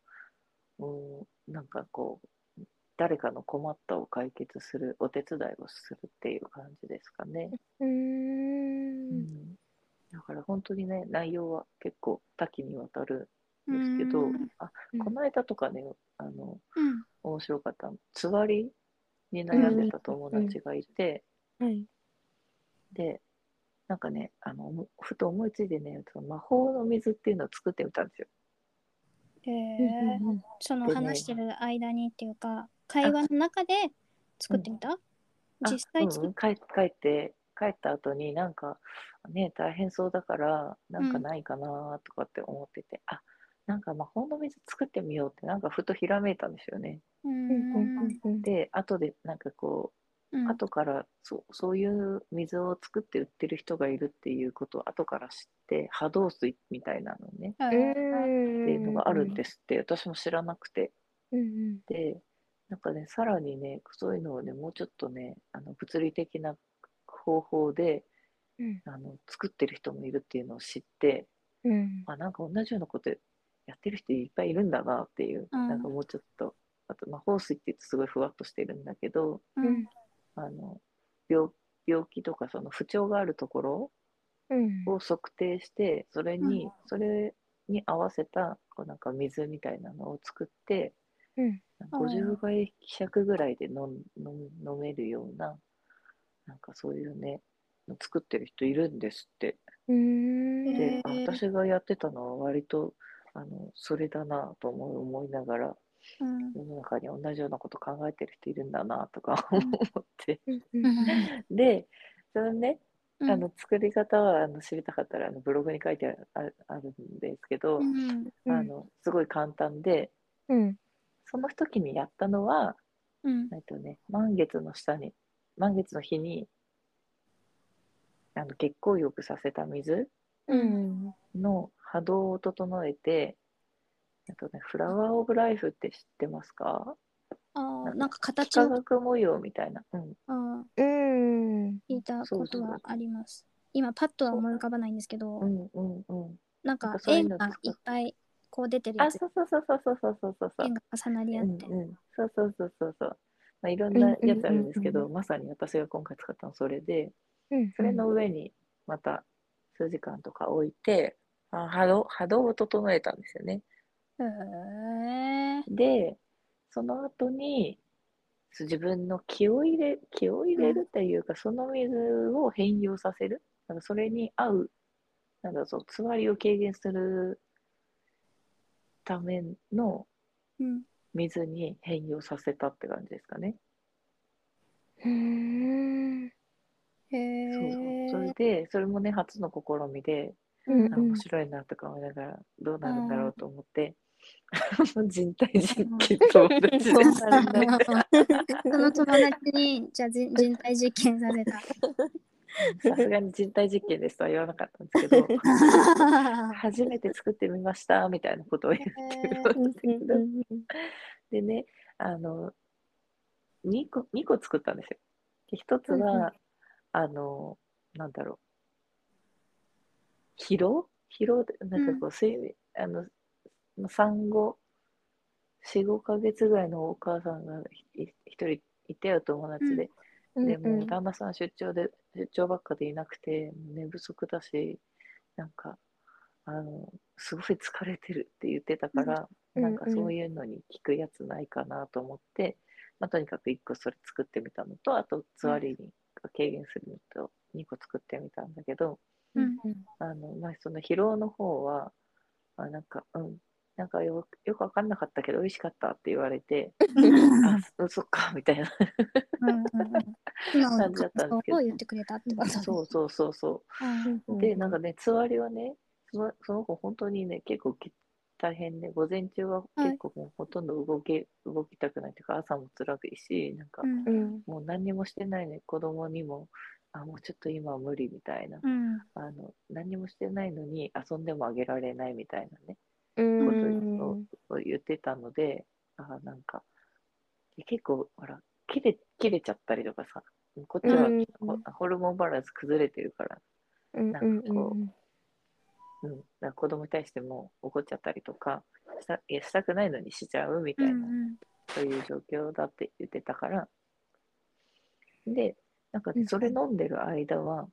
うん、なんかこう、誰かの困ったを解決する、お手伝いをするっていう感じですかね。
うーん。
だから本当にね、内容は結構多岐にわたる
うん
んですけど、
うん
あ
うん
この間とかね、あの
うん
面白かった、つわりに悩んでた友達がいて、
はい。
で、なんかね、あのもふと思いついてね、その魔法の水っていうのを作ってみたんですよ。
へ
うん
え。その話してる間にっていうか、会話の中で作ってみた
あ
実際作
う
っ
ん、帰帰って帰った後になんかね大変そうだからなんか
うん
ないかなとかって思ってて、あなんか魔法の水作ってみようってなんかふとひらめいたんですよね。
うん
うんうんうんうん。
で後でなんかこ
う
うん後からそうそういう水を作って売ってる人がいるっていうことを後から知って波動水みたいなのね
う
うんん。
っていうのがあるんですって私も知らなくて
うんうん。
でなんかねさらにねそういうのをねもうちょっとねあの物理的な方法で
うん
あの作ってる人もいるっていうのを知って
うん。
あなんか同じようなことやってる人いっぱいいるんだなっていう、
うん
なんかもうちょっとあと魔法水って言うとすごいふわっとしてるんだけど
うん
あの病病気とかその不調があるところ
うん。
を測定してそれに、
うん
それに合わせたこうなんか水みたいなのを作って
うん
うん
50倍100ぐらいで飲ん飲ん飲めるようななんかそういうねの作ってる人いるんですって。
うーん。
で、あ
へー
私がやってたのは割とあのそれだなと思い思いながら
うん
世の中に同じようなこと考えてる人いるんだなとか
うん
思って
うんうん
うん
でそのねあ
うん
の作り方はあの知りたかったらあのブログに書いてあるあるあるんですけど
うん
うん
あのすごい簡単で
うん。
その時にやったのは、
うん
えっとね、満月の下に満月の日にあの月光浴させた水
うん。
の波動を整えて、えっとね、フラワー・オブ・ライフって知ってますか
あーなんか形
幾
の
何学模様みたいな、うん、
あー
うん。
聞いたことはあります。今パッとは思い浮かばないんですけど
う、んうんうん
なん
な
か
んかそういう
円
の
がいっぱいこう出てるや
あ
つ
そ、うそうそうそうそうそうそうそうそう
円が重なり合って。
うんうん、そうそうそうそうそう、まあ、いろんなやつあるんですけど、
うんう
まさに私が今回使ったのはそれで
うん。
それの上にまた数時間とか置いてあ波動波動を整えたんですよね。
へえ。
でその後にそう自分の気を入れ気を入れるというか、その水を変容させるなんかそれに合うなんだろうそうつわりを軽減するための
うん。
水に変容させたって感じですかね。
うん。
へえ。
そうそれでそれもね初の試みで
うん
あ面白いなとか思いながらどうなるんだろうと思って、 人体実験と私
そう
で
な るんだ
その友達に、じゃあ人人体実験させた。
さすがに人体実験ですとは言わなかったん ですけど。初めて作ってみましたみたいなことを言ってるんだけど、 でねあの2個 ,2 個作ったんですよ。で1つは、
うんう
あのなんだろう疲労疲労でなんかこう睡眠、あの産後45ヶ月ぐらいのお母さんがい一人いてお友達で、
うん
で
う
も
ん
旦那さん出張で出張ばっかでいなくて寝不足だしなんかあのすごい疲れてるって言ってたから、
うん
なんか
うんうん
そういうのに効くやつないかなと思って、まあ、とにかく1個それ作ってみたのとあとつわりが軽減するのと2個作ってみたんだけど
うん
あの、まあ、その疲労の方は、あ、なんかうんなんかよよく分かんなかったけど美味しかったって言わ れてあそそっかみたいな
うんうん素直な
感じだ
感
ったんですけ
想
ど
を言ってくれたってこと
そうそうそうそう
うん
で、なんかね、つわりはね、そのその子、本当にね、結構き大変で、午前中は結構もうほとんど動け、動きたくないというか、朝も辛いし、なんか、
うん
うん
もう何にもしてないね、子供にも、あ、もうちょっと今は無理みたいな、
うん
あの、何にもしてないのに遊んでもあげられないみたいなね、
うん
こを言ってたので、あ、なんか、結構、ほら、切れ、切れちゃったりとかさ、こっちは
うん
ほホルモンバランス崩れてるから、
うん
なんかこうん、だから子供に対しても怒っちゃったりとかしたいやしたくないのにしちゃうみた
う
いな、
ん
そういう状況だって言ってたからでなんかね
うん
それ飲んでる間は、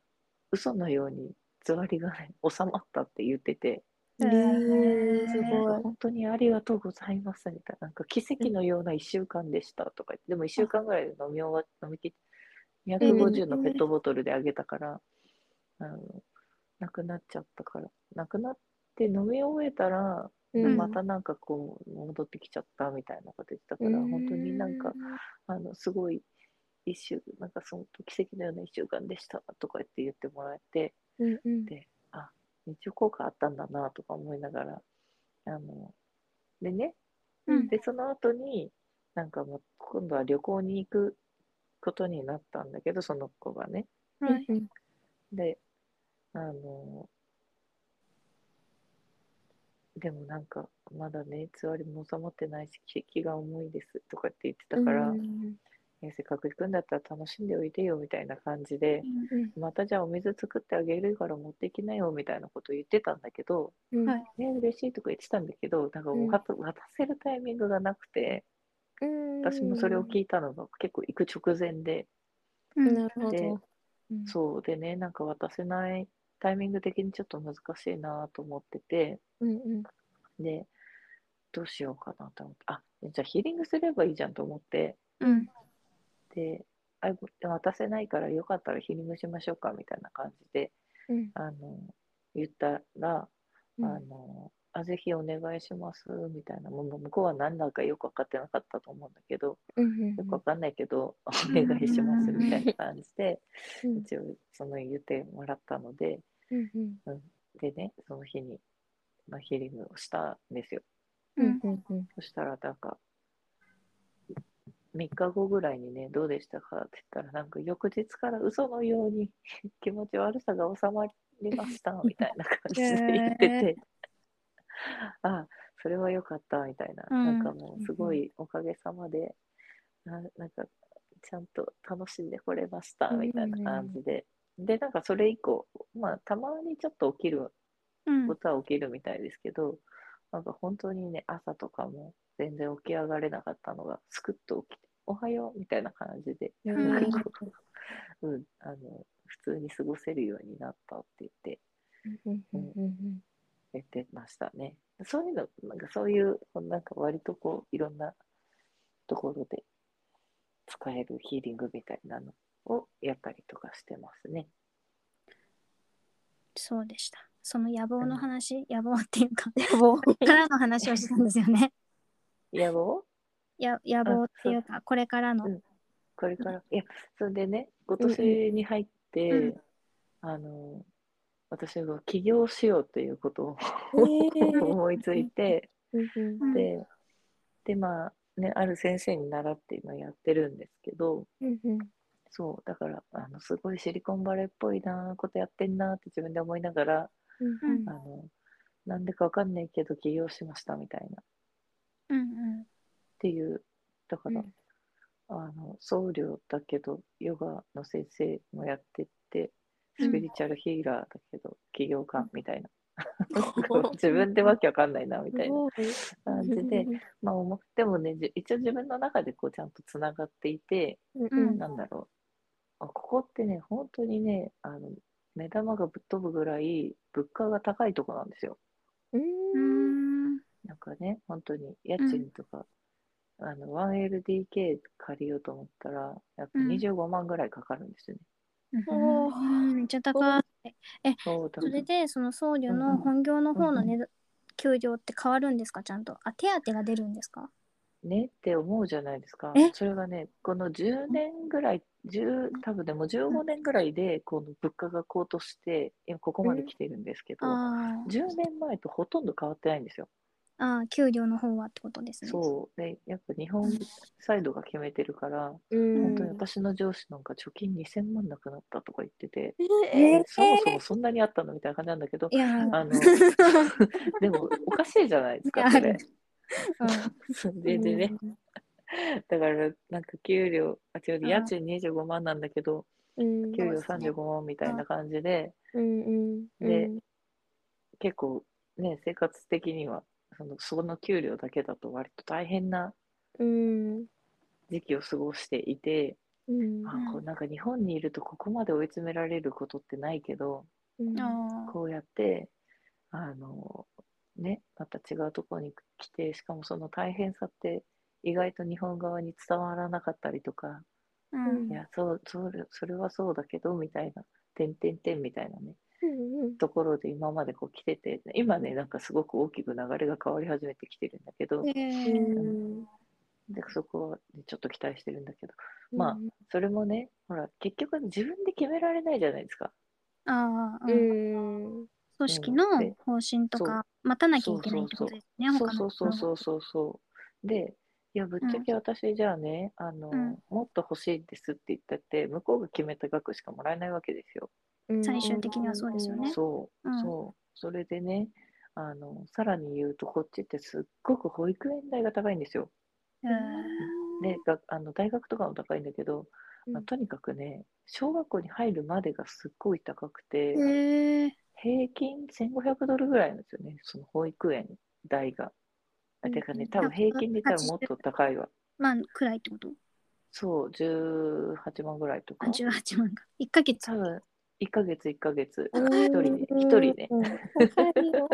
嘘のようにつわりがね収まったって言ってて、
う
へ
ん
ー
す
なんか
ごい
本当にありがとうございますみたいななんか奇跡のような1週間でしたとか言ってでも1週間ぐらいで飲み終わ飲み切って250のペットボトルであげたから、あのなくなっちゃったからなくなって飲み終えたら
うん
またなんかこう戻ってきちゃったみたいなこと言ってたから、
うん
本当になんかあのすごい一週なんかその奇跡のような1週間でしたとか言って言ってもらえて
うんうん
で一応効果あったんだなとか思いながらあのでね
うん
でその後になんかもう今度は旅行に行くことになったんだけどその子がね
はい
うん
であのでもなんかまだね偽りも収まってないし気気が重いですとかって言ってたから、
うん
えせっかく行くんだったら楽しんでおいでよみたいな感じで、
うん
またじゃあお水作ってあげるから持ってきなよみたいなこと言ってたんだけど、
うん
はい
ね嬉しいとか言ってたんだけどなんかもう渡渡せるタイミングがなくて、
うん
私もそれを聞いたのが結構行く直前で、
うん
なるほ
で
どうん
そうでねなんか渡せないタイミング的にちょっと難しいなと思ってて
うんうん
でどうしようかなと思ってあじゃあヒーリングすればいいじゃんと思って
うん
であ渡せないからよかったらヒーリングしましょうかみたいな感じで
うん
あの言ったら、
うん
あのあぜひお願いしますみたいなもうもう向こうは何だかよく分かってなかったと思うんだけど
うん
よく分かんないけど、お願いしますみたいな感じで
うん
一応その言ってもらったので。
うんうん
でね、その日に、まあ、ヒーリングをしたんですよ。
うん
うんうん
そしたら、なんか、3日後ぐらいにね、どうでしたかって言ったら、なんか翌日から嘘のように 気持ち悪さが収まりました、みたいな感じで言ってて、 あ、それは良かった、みたいな。
うん
なんかもう、すごいおかげさまで、ななんか、ちゃんと楽しんでこれました、みたいな感じで。で、なんかそれ以降、まあ、たまにちょっと起きる
うん
ことは起きるみたいですけど、なんか本当にね、朝とかも全然起き上がれなかったのが、すくっと起きて、おはようみたいな感じで、
うん
なんかこう、うん、あの、普通に過ごせるようになったって言って、
うんうんうん
言ってましたね。そういうの、なんかそういう、こうなんか割とこう、いろんなところで使えるヒーリングみたいなのをやったりとかしてますね。
そうでしたその野望の話野望っていうか
うんもう
からの話をしたんですよね
やろう
や野望っていうかこれからの
これから、いや、それでね、今年に入って、
うん
あの、私は起業しようということを 思いついて、
うん
う
うん
ん
で、で、まあ、ね、ある先生に習って今やってるんですけど、
うんうん
そう、だから、あの、すごいシリコンバレーっぽいなことやってんなって自分で思いながら、
うん
うん
あの、なんでかわかんないけど起業しましたみたいな、っ
うんうん
ていう、だから、
うん
あの僧侶だけどヨガの先生もやってって
うん
スピリチュアルヒーラーだけど起業家みたいな 自分でわけわかんないなみたいな
ごい
感じで、まあ、思ってもねじ一応自分の中でこうちゃんとつながっていて
うん
う
うん
ん
なんだろうあここってね本当にねあの目玉がぶっ飛ぶぐらい物価が高いとこなんですよ。
うーん。
なんかね、本当に家賃とか、あの 1LDK 借りようと思ったら、やっぱ
うん
25万ぐらいかかるんですよね。
おー
うんめっちゃ高い。
そうだ
それ
から
で、その僧侶
うんう
の
ん
本業の方の
う
ね、給料って変わるんですか、ちゃんと。あ、手当が出るんですか
ねって思うじゃないですか
え。
それがね、この10年ぐらい、10多分でもう15年ぐらいで、この物価が高騰して、今ここまで来てるんですけど、
あー
10年前とほとんど変わってないんですよ。
あー、給料の方はってことですね。
そう。で、やっぱ日本サイドが決めてるから、
うん
本当に私の上司なんか貯金2000万なくなったとか言ってて、
え
えー
そもそもそんなにあったのみたいな感じなんだけど、
いやー、
あのでもおかしいじゃないです
いや
か、それ。
うん
全然ね。だから、なんか給料、あ、違
う
う、
ん
家賃25万なんだけど、
うん
給料
そうですね
35万みたいな感じで、
うんうんうん
で結構ね、生活的には、そのその給料だけだと割と大変な
うん
時期を過ごしていて、
うん
あ
うん
こうなんか日本にいるとここまで追い詰められることってないけど、
うん
あー
こうやってあのねまた違うところに来てしかもその大変さって意外と日本側に伝わらなかったりとか、
うん
いやそうそうだそれはそうだけどみたいな「てんてんてん」みたいなね
うんうん
ところで今までこう来てて今ねなんかすごく大きく流れが変わり始めてきてるんだけど、
えー
でそこは、ね、ちょっと期待してるんだけどまあそれもねほら結局自分で決められないじゃないですか。
あー
う
うん
ん
組織の方針とか待たなきゃいけないってことですね、
そう
他
そ
の
うそうそうそうそう。で、いや、ぶっちゃけ私じゃあね、あの、
うん
もっと欲しいですって言ったって、向こうが決めた額しかもらえないわけですよ。
うん
最終的にはそうですよね
そう、
うん
そう。それでね、あの、さらに言うと、こっちってすっごく保育園代が高いんですよ。
えー
で、があの大学とかも高いんだけど、まあ
うん
とにかくね、小学校に入るまでがすっごい高くて、
えー
平均1500ドルぐらいなんですよね、その保育園代が。あてかね、多分平均で言ったらもっと高いわ。
まあ、くらいってこと
そう、18万ぐらいと
あ、
か。
18万か。1ヶ月
多。分1ヶ月1ヶ月、
うん
1人ね、1人ね。
うん高いよ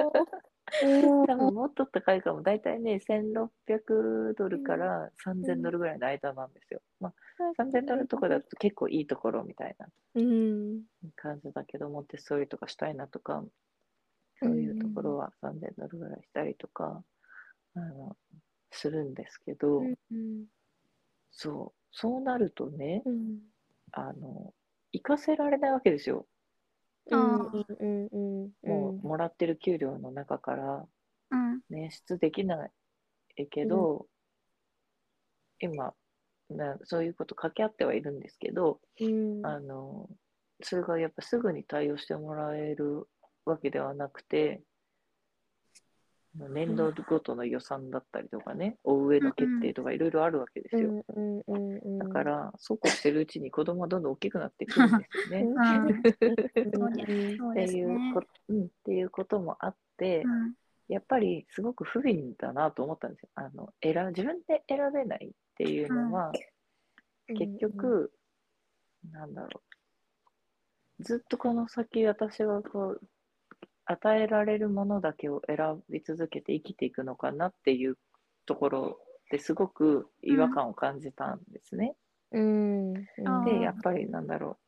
うん
多分もっと高いかも、だいたいね、1600ドルから3000ドルぐらいの間なんですよ。まあ、3000ドルとかだと結構いいところみたいな
うん
感じだけど、モンテッソーリとかしたいなとか、そういうところは3000ドルぐらいしたりとか、あの、するんですけど、
うん
そう、そうなるとね
う、ん
あの、行かせられないわけですよ。
うんうんうんうん
もうもらってる給料の中から
うん。
捻出できないけど、今なそういうこと掛け合ってはいるんですけど、
うん
あのそれがやっぱすぐに対応してもらえるわけではなくて年度ごとの予算だったりとかね、お上の決定とかいろいろあるわけですよ、
うんうんうん
だからそうこうしてるうちに子供はどんどん大きくなってくるんですよね。
あー
うんうん
そう
って
です
いう
ね。
こ、うん、っていうこともあって、
うん
やっぱりすごく不憫だなと思ったんですよ。あの選自分で選べないっていうのは、結局、なんだろうずっとこの先私はこう与えられるものだけを選び続けて生きていくのかなっていうところですごく違和感を感じたんですね。
うん
あ
で
ー
やっぱりなんだろ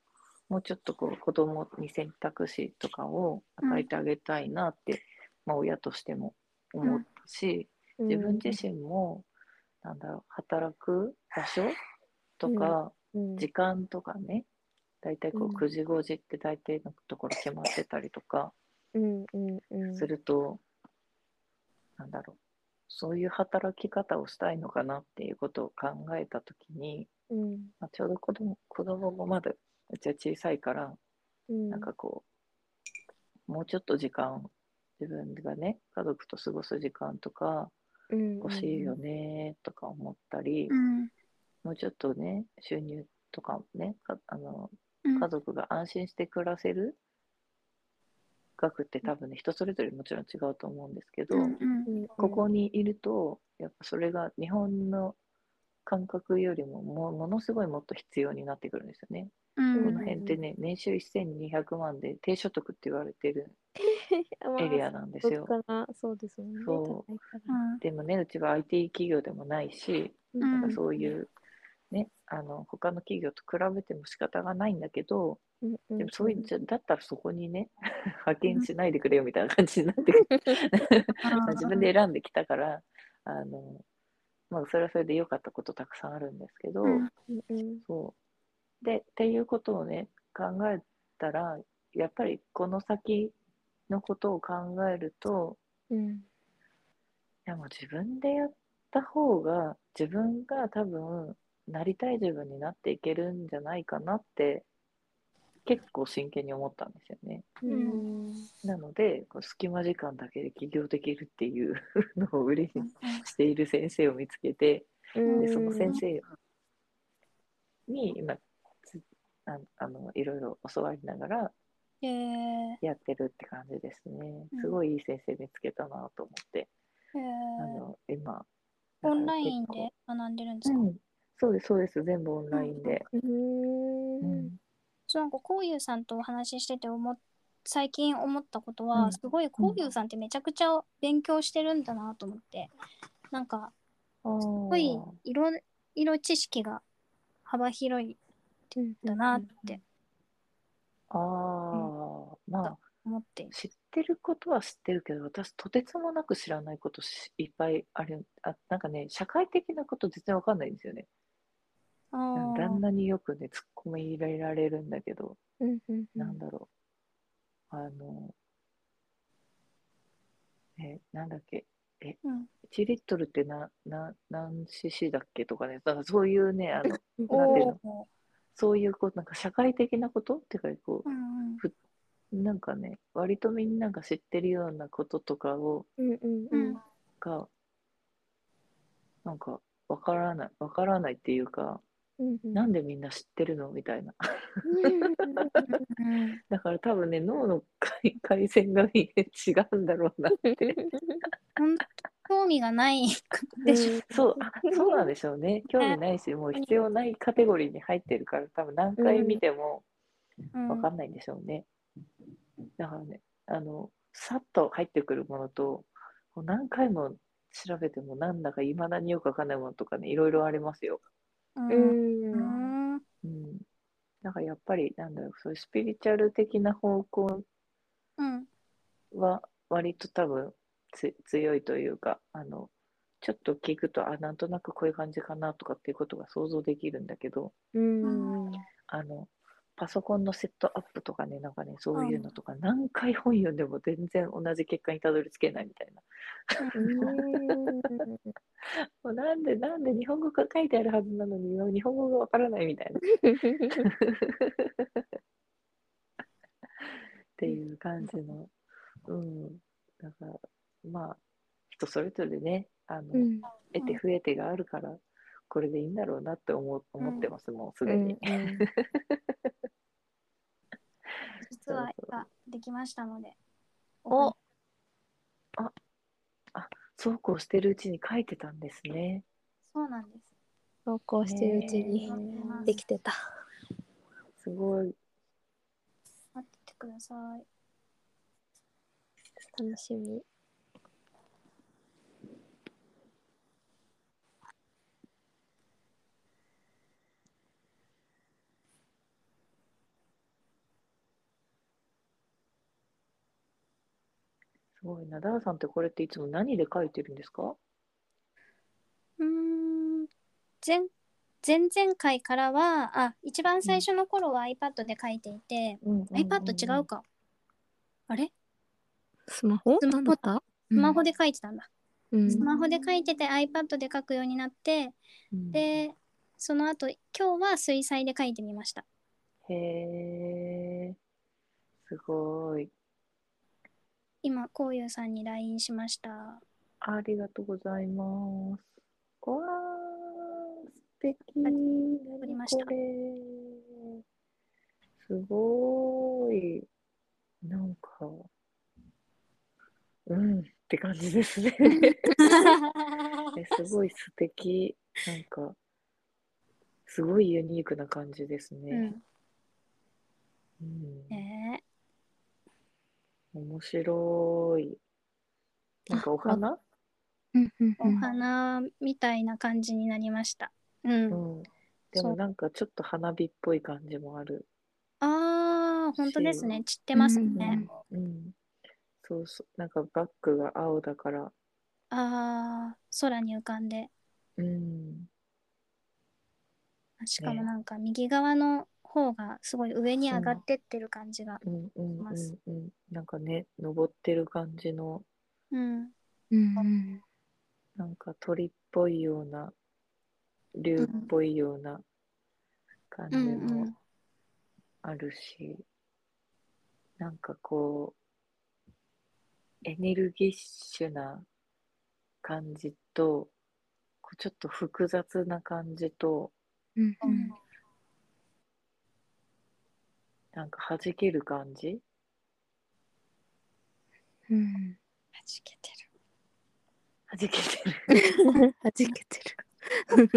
うもうちょっとこう子供に選択肢とかを与えてあげたいなって、まあ、親としても思ったし。自分自身も、なんだろう働く場所とか、
身
時間とかね大体こ
うん
う9時5時って大体のところ決まってたりとか
うんうんうん
すると、なんだろうそういう働き方をしたいのかなっていうことを考えた時に、
うん
まあ、ちょうど子供子供もまだうちは小さいから、
うん
なんかこうもうちょっと時間自分がね家族と過ごす時間とか
うん
欲しいよねとか思ったり。
うん
もうちょっとね、収入とかもね、かあの
うん
家族が安心して暮らせる額って多分ね人それぞれもちろん違うと思うんですけど、
うんうん
うん
ここにいるとやっぱそれが日本の感覚よりももものすごいもっと必要になってくるんですよね。
うん
この辺ってね年収1200万で低所得って言われてるエリアなんですよ。
そうかなそうですよね。
そう
高いか
う
ら
ん
でもねうちは IT 企業でもないし、
う
なん
ん
かそういう、ね、あの他の企業と比べても仕方がないんだけど
うんうん
でもそういうんじゃだったらそこにね 派遣しないでくれよみたいな感じになってくるまあ自分で選んできたからあの、まあ、それはそれで良かったことたくさんあるんですけど、
うん
うんうん
そうでっていうことをね考えたらやっぱりこの先のことを考えると
うん
いやもう自分でやった方が自分が多分なりたい自分になっていけるんじゃないかなって結構真剣に思ったんですよね。
うん
なのでこう隙間時間だけで起業できるっていうのを売りにしている先生を見つけてでその先生に今つああのいろいろ教わりながら
えー
やってるって感じですね
うん。
すごいいい先生見つけたなと思って、
え
あ
ー
の今
オンライン
結構
で学んでるんですか、
うん、そうですそうです全部オンラインで、
うん
うん
そうなんかこういうさんとお話ししてて思っ最近思ったことは、
うん
すごいこういうさんってめちゃくちゃ勉強してるんだなと思ってなんか
あー
すごいいろいろ知識が幅広いんだなって
あー、まあ
思って、
知ってることは知ってるけど私とてつもなく知らないことしいっぱいあるあなんかね社会的なこと全然わかんないんですよね
あ
なん
ー
旦那によくね突っ込み入れられるんだけど、
うんうんう
なん
ん
だろうあのえなんだっけ
うん
1リットルってなな何 cc だっけとかねなんかそういうねあのなんていう
お
のそういうこうなんか社会的なことっていうかこ
ーうんうん
うなんかね割とみんなが知ってるようなこととかを
うんうん
う
うんん
がなんかわからないわからないっていうか
うんうん
なんでみんな知ってるのみたいな だから多分ね脳の回 回線がね違うんだろ うなって
本当興味がないでしょ、
そうあそうなんでしょうね 興味ないしもう必要ないカテゴリーに入ってるから多分何回見ても
うん
わかんないんでしょうね。だからね、あの、さっと入ってくるものと、こう何回も調べてもなんだかいまだによくわかんないものとかね、いろいろありますよ。
う
うんうんん
うん。だからやっぱり、なんだろう、そういうスピリチュアル的な方向
うん
は、割と多分つ強いというか、あの、ちょっと聞くと、あ、なんとなくこういう感じかなとかっていうことが想像できるんだけど、
うん
あの、パソコンのセットアップとかね、なんかね、そういうのとか、何回本読んでも全然同じ結果にたどり着けないみたいな。もうなんで、なんで日本語が書いてあるはずなのに、日本語がわからないみたいな。っていう感じの。うん。だから、まあ、人それぞれね、あの、
うん
得て増えてがあるから、これでいいんだろうなって思う思ってます、もうすでに。
実は
そうそう
今できましたので
お
そうこうしてるうちに書いてたんですね。
そうなんです
投稿してるうちに
ね
できてた。
すごい。
待っててください
楽しみ。
すごいな。ダーさんってこれっていつも何で書いてるんですか
うーん前前々回からはあ一番最初の頃は iPad で書いていて、iPad 違う
か。
かあれ
スマホ
スマホ
なんだ
スマホで書いてたんだ、
うん
スマホで書いてて iPad で書くようになって
うん、
でその後今日は水彩で書いてみました
へえ、すごい。
今こういうさんに LINE しました
ありがとうございます。わー、素敵。
撮り
何
ました
これ。すごい。なんか、うんって感じで すね。えすごい素敵なんかすごいユニークな感じです
う
ね。
ん
うん
ね
面白い。なんかお花、
うんうん
お花みたいな感じになりました。うん。
うん、で
そう
もなんかちょっと花火っぽい感じもある。
ああ、本当ですね。散ってますね。
うん、そうそうなんかバッグが青だから、
ああ、空に浮かんで。
うん、
しかもなんか右側の方がすごい上に上がってってる感じが。
うんうんう
ます
んうんなんかね登ってる感じの
うん。
うんうん
なんか鳥っぽいような竜っぽいような感じ
うんう
も
ん
あるし、なんかこうエネルギッシュな感じとこうちょっと複雑な感じと
うんうん
なんか弾ける感じ
うん
はじけてる。
弾けてる
はじけて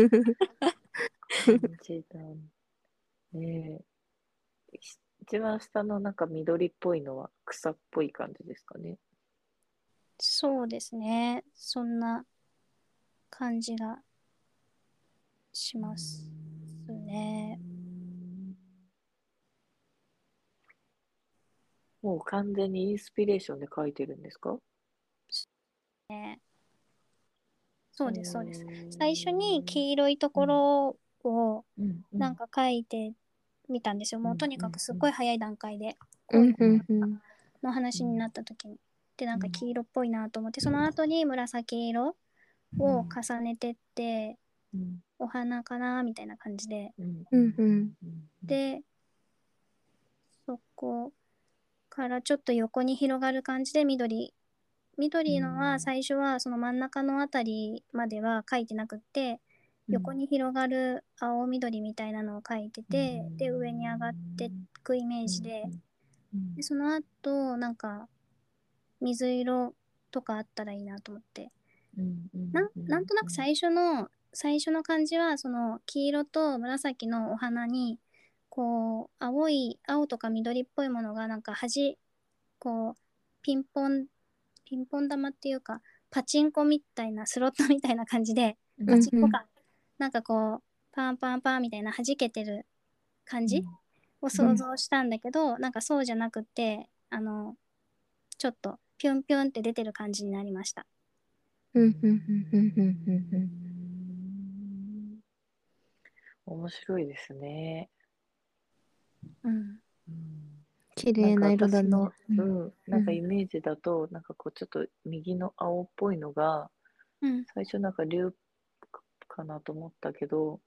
る。
感じだねえし一番下のなんか緑っぽいのは草っぽい感じですかね。
そうですね。そんな感じがしますね。
もう完全にインスピレーションで書いてるんですか
そうです、そうです。。
ん
最初に黄色いところを
うんうん
なんか書いてみたんですよ。もうとにかくすっごい早い段階で
うんうんうん
の話になった時に。で、なんか黄色っぽいなと思って、その後に紫色を重ねてって、
うん
お花かなみたいな感じで。
うん
うんうん
で、そこからちょっと横に広がる感じで緑。緑の
う
は
ん
最初はその真ん中のあたりまでは書いてなくって、横に広がる青緑みたいなのを書いてて、で、上に上がっていくイメージで、
うん
でその後なんか水色とかあったらいいなと思って
うんうん
なんなんとなく最初の最初の感じはその黄色と紫のお花にこう青い青とか緑っぽいものがなんか端こうピンポンピンポン玉っていうかパチンコみたいなスロットみたいな感じで
うん
パチンコか、なんかこうパンパンパンみたいな弾けてる感じ、を想像したんだけど、なんかそうじゃなくてあのちょっとピュンピュンって出てる感じになりました。
うんうんうんうんうんうんうん
面白いですね。
うん、
綺麗な色だな。
うん、なんかイメージだと、なんかこうちょっと右の青っぽいのが
うん、
最初なんか竜かなと思ったけど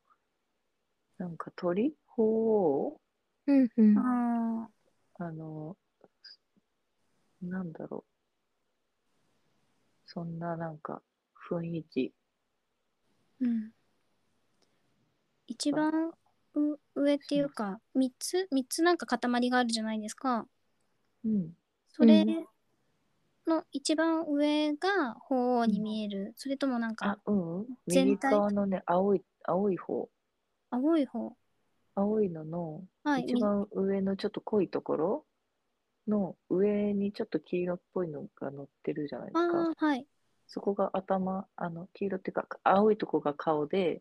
なんか鳥鳳
うんうん
あ
凰あのなんだろうそんななんか雰囲気
ーうん、一番う上っていうか3つ三つなんか塊があるじゃないですか
うん
それ
うん
の一番上が鳳凰に見える、それともなん
あ
か
うん右
全体
側のね青い青い方
青い方
青いのの
はい
一番上のちょっと濃いところの上にちょっと黄色っぽいのが乗ってるじゃない
あ
ですか。
あはい
そこが頭、あの黄色っていうか青いとこが顔で、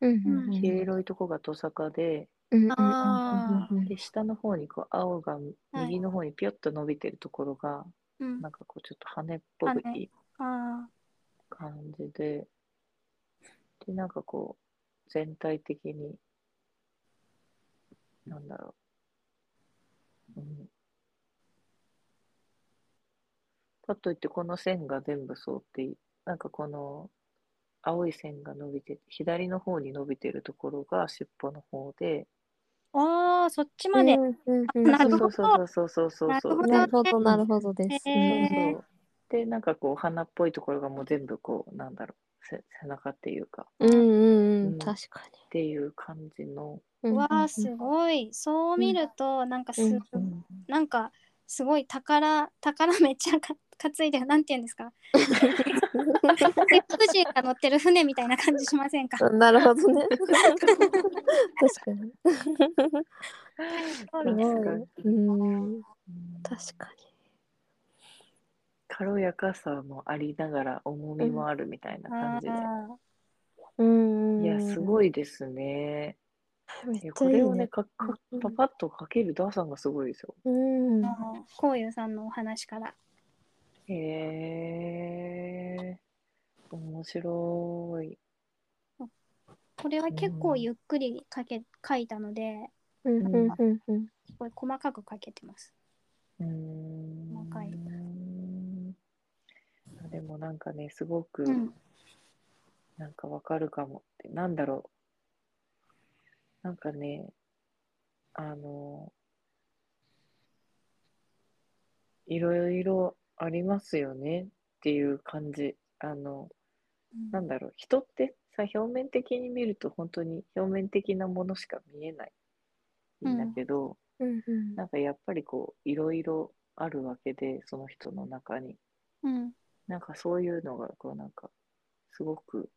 うん
うん
黄色いとこがトサカで、
うん
あー
で下の方にこう青が
はい
右の方にピョッと伸びてるところが、
うん
なんかこうちょっと羽っぽくいい
あ
感じで、でなんかこう全体的に、なんだろう。うんかといってこの線が全部そうっていなんかこの青い線が伸びて左の方に伸びてるところが尻尾の方で
ーあーそっちまで、なるほど
そうそうそうそうそうそうそう
なるほどなるほどです。
へー
そうそうでなんかこう鼻っぽいところがもう全部こうなんだろうせ背中っていうか
うんうんうん確か
っていう感じの、
に。
わあすごいそう見るとなんかす、
うん
なんかすごい宝宝めっちゃ買っ担いでなんて言うんですかセクシーが乗ってる船みたいな感じしませんか
なるほどね。確かに。
そう
す
です
ごい。うん。
うん
確か
軽やかさもありながら重みもあるみたいな感じで、
あ
に。うん。
いやす
い。
ごいですね。
めっ
い
ち
や
ゃ
こ
いい
れをね
ね。
かか
うん
パパッとかけるダーさんがすごいですよ。
うん。
ーあーこういうさんのお話から
へえ面白い。
これは結構ゆっくりかけ書いたので
うんうんうんうん。
すごい細かく書けてます。
うーん
細かい
でもなんかねすごく
うん、
なんかわかるかもって、なんだろうなんかねあのいろいろありますよねっていう感じあのなんだろう人ってさ表面的に見ると本当に表面的なものしか見えないんだけど、
うんうん。
なんかやっぱりこういろいろあるわけでその人の中に
うん
なんかそういうのがこうなんかすごく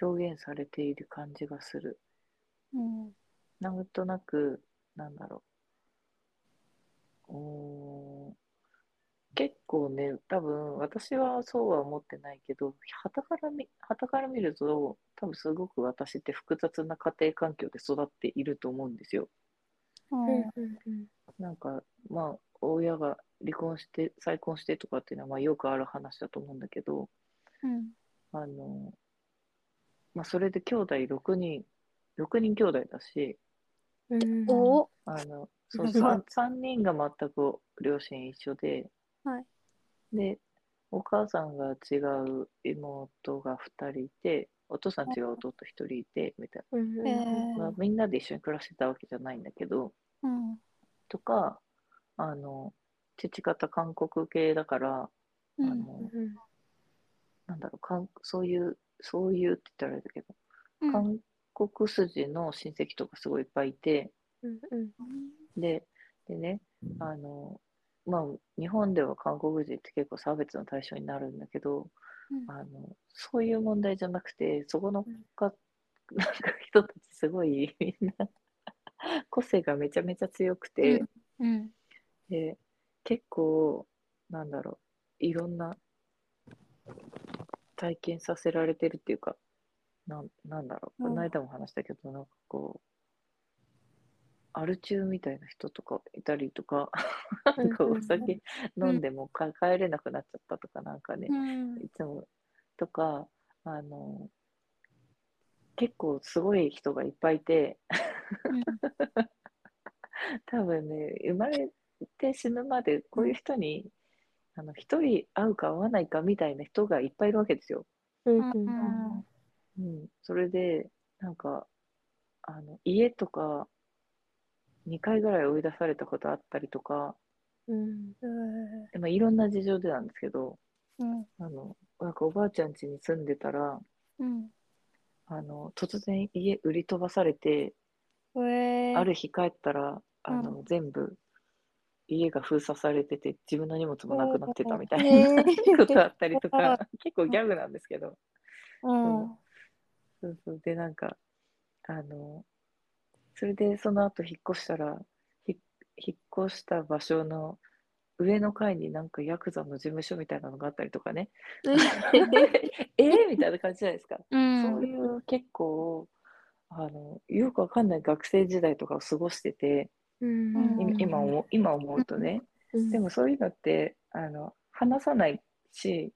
表現されている感じがする
うん
なんとなくなんだろううーん結構ね多分私はそうは思ってないけど傍から見傍から見ると多分すごく私って複雑な家庭環境で育っていると思うんですよ。
うん
う
うんうん。
なんかまあ親が離婚して再婚してとかっていうのはまあよくある話だと思うんだけど
ん
あの、まあ、それで兄弟6人6人兄弟だし
うん
おお
あのそうそう 3, 人が全く両親一緒で、
はい
でお母さんが違う妹が2人いてお父さん違う弟1人いてみたい
うん
え
な、まあ
ー、
みんなで一緒に暮らしてたわけじゃないんだけど。
うん
とかあの父方韓国系だから、
う
あ
ん
のなんだろう韓そういうそういうって言ったらあれだけど、
うん
韓国筋の親戚とかすごいいっぱいいて
うんうん
ででねあの、まあ、日本では韓国人って結構差別の対象になるんだけどあのそういう問題じゃなくてそこのか、なんか人たちすごいみんな個性がめちゃめちゃ強くて。
うん
で結構なんだろういろんな体験させられてるっていうかなんなんだろ
う
うこ
ん
の間も話したけど、なんかこうアル中みたいな人とかいたりとかなんか
うんうんうん
お酒飲んでもか帰れなくなっちゃったとかなんかね
う、ん
いつもとかあの結構すごい人がいっぱいいて。多分ね生まれて死ぬまでこういう人にあの一人会うか会わないかみたいな人がいっぱいいるわけですよ。
うんう。
うんん
うん、それでなんかあの家とか2回ぐらい追い出されたことあったりとか、
うん。
でまあ、いろんな事情でなんですけど
うん
あのなんかおばあちゃん家に住んでたら
うん
あの突然家売り飛ばされて
えー
ある日帰ったらあの、全部家が封鎖されてて自分の荷物もなくなってたみたいな。
え
ことあったりとか結構ギャグなんですけど
うん
そうそうでなんかあのそれでその後引っ越したらひ引っ越した場所の上の階になんかヤクザの事務所みたいなのがあったりと かねえ ー、みたいな感じじゃないですか、
うん
そういう結構あのよくわかんない学生時代とかを過ごしてて
うん。
今今思う今思うとね、でもそういうのってあの話さないし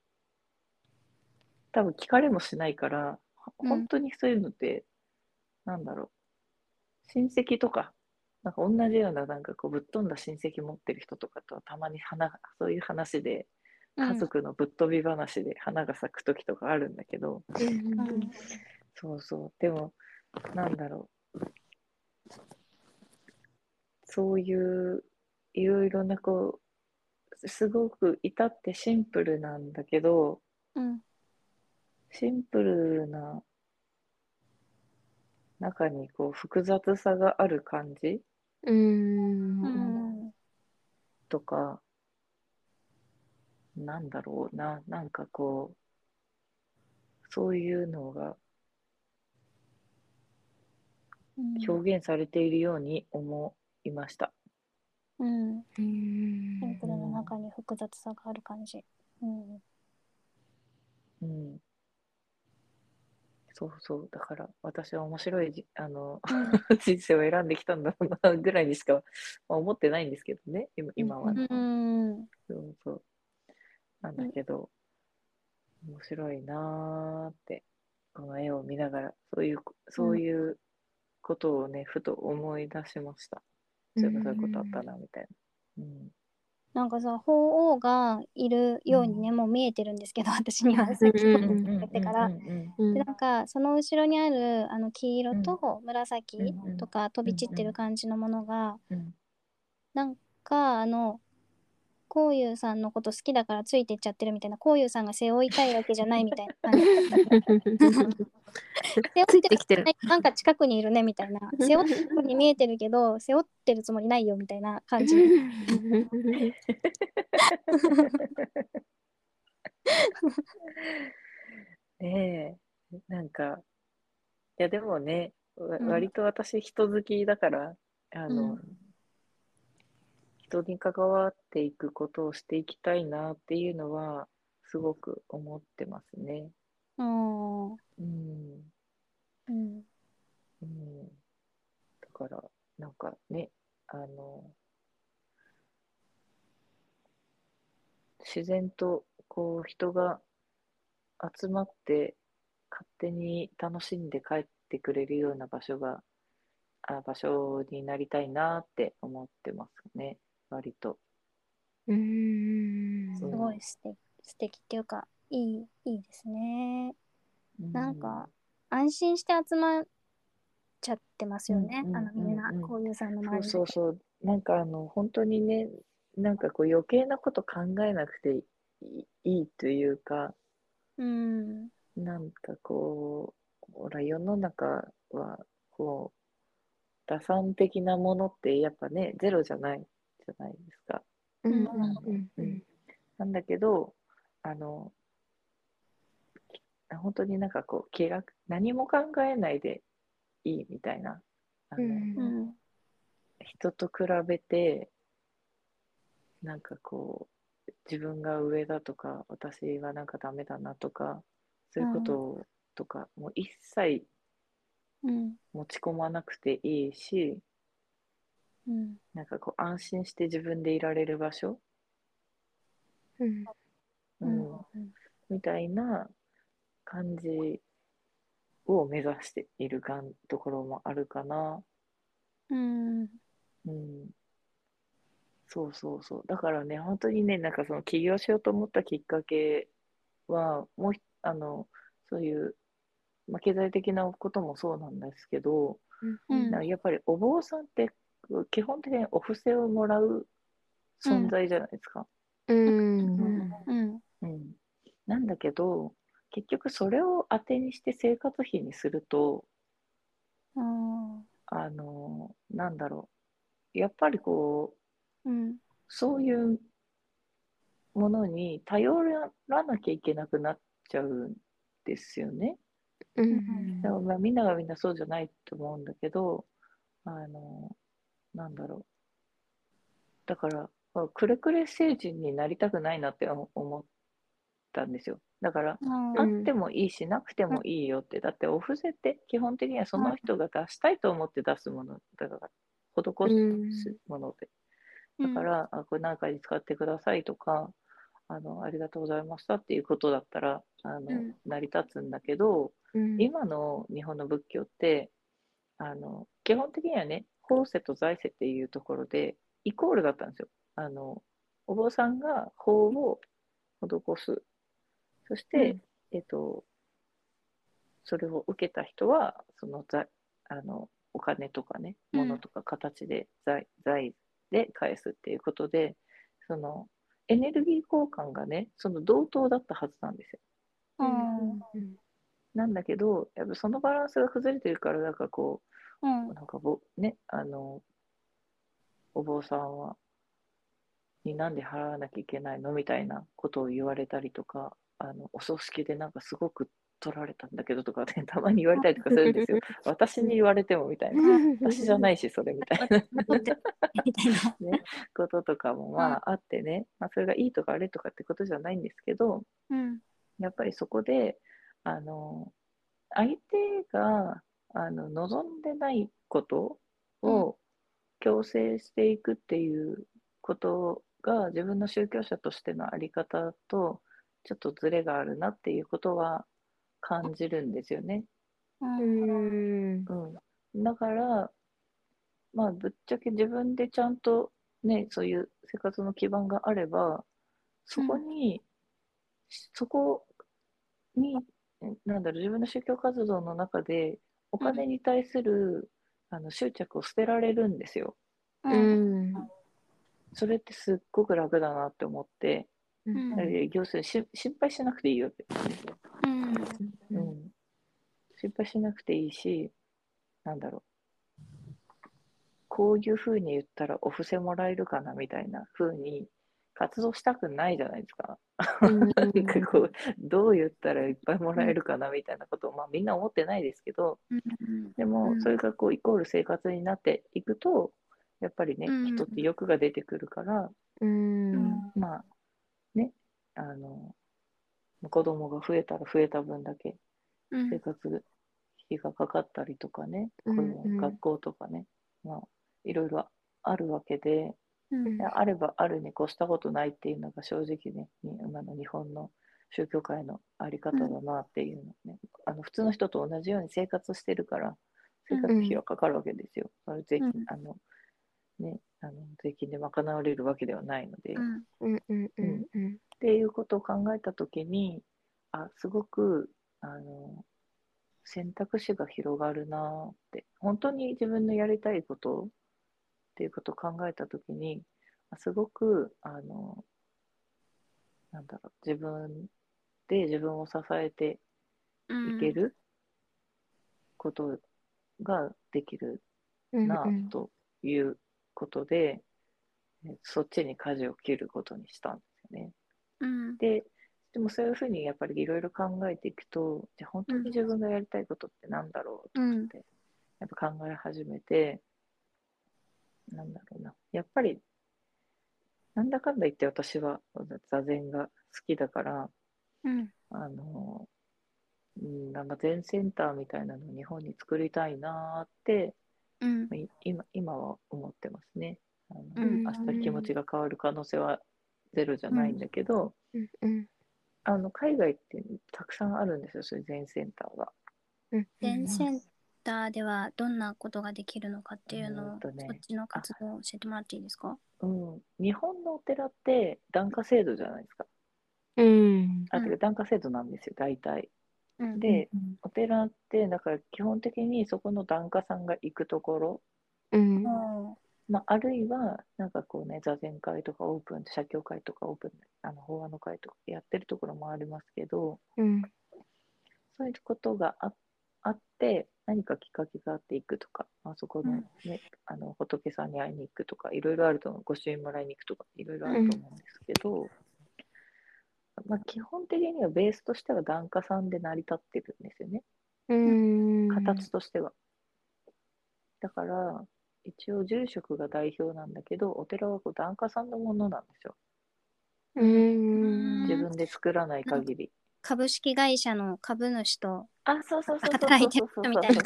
多分聞かれもしないからほ
うん
本当にそういうのって、なんだろう親戚とかなんか同じようななんかこうぶっ飛んだ親戚持ってる人とかとはたまに花がそういう話で家族のぶっ飛び話で花が咲く時とかあるんだけど、
うん
そうそうでもなんだろうそういういろいろなこうすごく至ってシンプルなんだけど
うん
シンプルな中にこう複雑さがある感じ
うん。
うん
とかなんだろうな、なんかこう、そういうのが
うん
表現されているように思いました。
うん、
うん
シンプルの中に複雑さがある感じ。うん、
うん。そうそう。だから私は面白いじあの 人生を選んできたんだろうなぐらいにしか、まあ、思ってないんですけどね、今今は、
うん、うん、
そうそう。なんだけど、面白いなーって、この絵を見ながら、そういう、そういうことをね、ふと思い出しました。そういえばそういうことあったな、みたいな。うん。
なんかさ、鳳凰がいるようにね、もう見えてるんですけど、私には。
うん
う
うん
んだから
うんうん
うん
でなんかその後ろにあるあの黄色と紫
うん
とか飛び散ってる感じのものが
うん
なんかあのこういうさんのこと好きだからついてっちゃってるみたいなこういうさんが背負いたいわけじゃないみたいな感じ背
つ
負
いてきてる
なんか近くにいるねみたいな背負ってるように見えてるけど背負ってるつもりないよみたいな感じ
ねえ、なんか、いやでもね、わ
うん
割と私人好きだから、あの、
う
人に関わっていくことをしていきたいなっていうのは、すごく思ってますね。
うん、う
うん。
ん、
うん。だから、なんかね、あの、自然とこう人が集まって勝手に楽しんで帰ってくれるような場所が、あ、場所になりたいなって思ってますね、割と。
うん
すごい素敵素敵っていうかいいいいですねなんか安心して集まっちゃってますよね、
うん
あのみんな、
うんうん
こういうさんの
うん、
周りで
そうそうそう、なんかあの、本当にね、なんかこう余計なこと考えなくていいいいというか、
うん
なんかこう、ほら、世の中は、こう、打算的なものって、やっぱね、ゼロじゃないじゃないですか。
うん
なんだけど、あの、本当になんかこう、気楽、何も考えないでいいみたいな、あの、
うん
人と比べてなんかこう自分が上だとか私はなんかダメだなとかそういうことをとか、もう一切
うん
持ち込まなくていいし
うん
なんかこう安心して自分でいられる場所、
う
うんんみたいな感じを目指しているがんところもあるかな。
うん
うんそうそうそう。だからね、本当にね、なんかその起業しようと思ったきっかけは、もうひ、あの、そういう、まあ、経済的なこともそうなんですけど、
うん
なんかやっぱりお坊さんって基本的にお布施をもらう存在じゃないですか。
うん
うん。なんだけど、結局それを当てにして生活費にすると、
あ
あの、なんだろう。やっぱりこう、
ーうん
そういうものに頼らなきゃいけなくなっちゃうんですよね。だからまあみんながみんなそうじゃないと思うんだけど、あの、なんだろう。だから、まあくれくれ成人になりたくないなって思思ったんですよ。だから、
あ
あ
ー
うん
ってもいいし、なくてもいいよって。だって、お布施って基本的にはその人が出したいと思って出すものだから、施すもので。だから、あこれ何回に使ってくださいとかあのありがとうございましたっていうことだったらあ
う
の、
ん
成り立つんだけど今の日本の仏教ってあの基本的にはね法世と財世っていうところでイコールだったんですよ。あのお坊さんが法を施すそして、えっとそれを受けた人はその財あのお金とかね
うん
物とか形で財,、財で返すっていうことでそのエネルギー交換がねその同等だったはずなんですよ。なんだけど、やっぱそのバランスが崩れてるから、なんかこ
うん
う、なんかぼ、ね、あの、お坊さんは、になんで払わなきゃいけないのみたいなことを言われたりとかあのお葬式でなんかすごく取られたんだけどとかって たまに言われたりとかする んですよ私に言われてもみたいな私じゃないしそれみたいな
みたいな。
ね、こととかもまああってね、まあ、それがいいとか悪いとかってことじゃないんですけど
うん。
やっぱりそこであの相手があの望んでないことを強制していくっていうことが自分の宗教者としてのあり方とちょっとズレがあるなっていうことは感じるんですよね。
うん。
うん、だから、まあ、ぶっちゃけ自分でちゃんと、ね、そういう生活の基盤があれば、そこに、そこに、んなんだろう、自分の宗教活動の中で、お金に対する、あの執着を捨てられるんですよ。
うん。
それってすっごく楽だなって思って、
うん
要するにし心配しなくていいよって感じですよ
うん。
うん、心配しなくていいし、なんだろう。こういう風に言ったらお布施もらえるかなみたいな風に活動したくないじゃないですか。なんかこう、どう言ったらいっぱいもらえるかなみたいなことを、まあみんな思ってないですけど、でも
うん
それがこうイコール生活になっていくと、やっぱりね
うん、
人って欲が出てくるから、まあね、あの、子供が増えたら増えた分だけ
うん
生活費がかかったりとかね、
うんうん
こういう学校とかね、まあ、いろいろあるわけで、
うん
であればあるに越したことないっていうのが正直ね、に今の日本の宗教界のあり方だなっていうのね、あの普通の人と同じように生活してるから、生活費はかかるわけですよ。それ税金、
うん
あのね、あの税金で賄われるわけではないので。
うん
っていうことを考えた時にあすごくあの選択肢が広がるなーって本当に自分のやりたいことっていうことを考えた時にあすごくあのなんだろう自分で自分を支えていけることができるなあということで、えそっちに舵を切ることにしたんですよね。
うん
ででもそういうふうにやっぱりいろいろ考えていくとじゃあ本当に自分がやりたいことってなんだろうと
うん
思って、やっぱ考え始めてなんだろうなやっぱりなんだかんだ言って私は座禅が好きだから
うん
あの、うん、なんか禅センターみたいなのを日本に作りたいなーって
うん
い今今は思ってますね。あの
うん
明日気持ちが変わる可能性はゼロじゃないんだけど、あの海外ってたくさんあるんですよ、そういう全センターが。
全センターではどんなことができるのかっていうの
う
を
んとね
そっちの活動を教えてもらっていいですか
うん、日本のお寺って檀家制度じゃないですか。あ
うん
てか檀家制度なんですよ、大体。
うん
で、お寺ってだから基本的にそこの檀家さんが行くところ、
おー
まあ、あるいはなんかこうね座禅会とかオープン写経会とかオープンあの法話の会とかやってるところもありますけどそういうことがああって何かきっかけがあって行くとか、あそこの,、ねあの仏さんに会いに行くとかいろいろあると思う御朱印もらいに行くとかいろいろあると思うんですけど、まあ、基本的にはベースとしては檀家さんで成り立ってるんですよね形としては。だから一応住職が代表なんだけどお寺はこう檀家さんのものなんですよ自分で作らない限り。
株式会社の株主と
あそうそうそうそう
働いて
そ
る
うそう
みたいな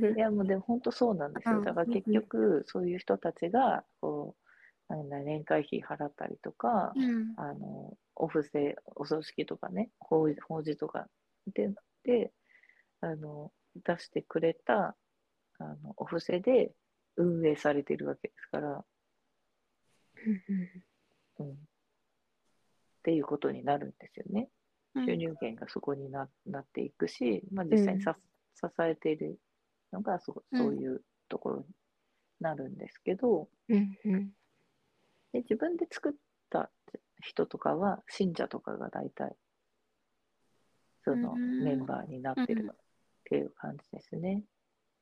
そう。いやもうでも本当そうなんです
う
よ。
ん
だから結局そういう人たちがこうなんだ年会費払ったりとか、
うん
あのお布施お葬式とかね法事法事とかでであの出してくれたあのお布施で運営されてるわけですから、うん、っていうことになるんですよね。収入源がそこにななっていくし、まあ、実際にさ、支えているのがそそういうところになるんですけど、で自分で作った人とかは信者とかが大体その
うん
メンバーになって
うん
るっていう感じですね。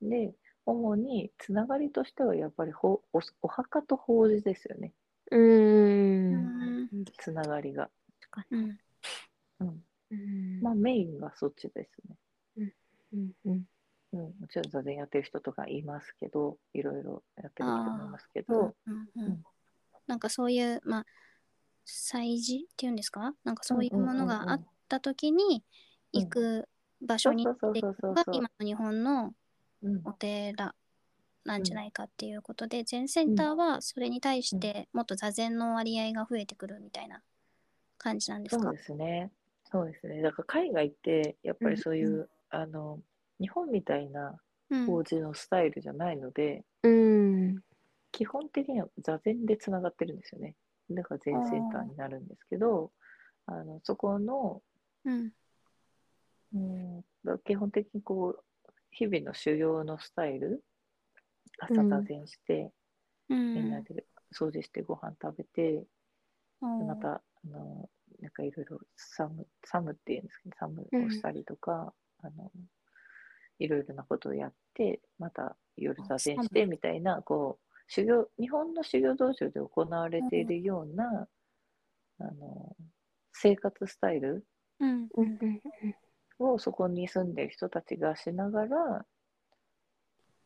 で主につながりとしてはやっぱりほおお墓と法事ですよね。
うーん。
うん
つながりが、
うん
うん、
うん
まあメインがそっちですね、
うんうん
うん、もちろん座禅やってる人とかいますけどいろいろやってる人もいますけ
うん
ど
うん
うん
なんかそういうまあ祭事っていうんですかなんかそういうものがあった時に
うん
行く場所に
そうそ
っ
う
てい
そううそ
の
う
が
そう
今の日本の
うん
お寺なんじゃないかっていうことで全センターはそれに対してもっと座禅の割合が増えてくるみたいな感じなんです
そ
か
うですね。そうですね。だから海外ってやっぱりそういう、
うん
あの日本みたいな
うん
法事のスタイルじゃないので、
うん
基本的には座禅でつながってるんですよね。だから全センターになるんですけど、あのそこの
うん
うん基本的にこう日々の修行のスタイル、朝
うん
座禅して、
う
みんなんで掃除してご飯食べて、
うん
またあのなんかいろいろサムサムっていうんですけどサムをしたりとか、あのいろいろなことをやってまた夜座禅し
サ
てみたいなこう修行日本の修行道場で行われているような、あの生活スタイル
うん
うんうん
をそこに住んでる人たちがしながら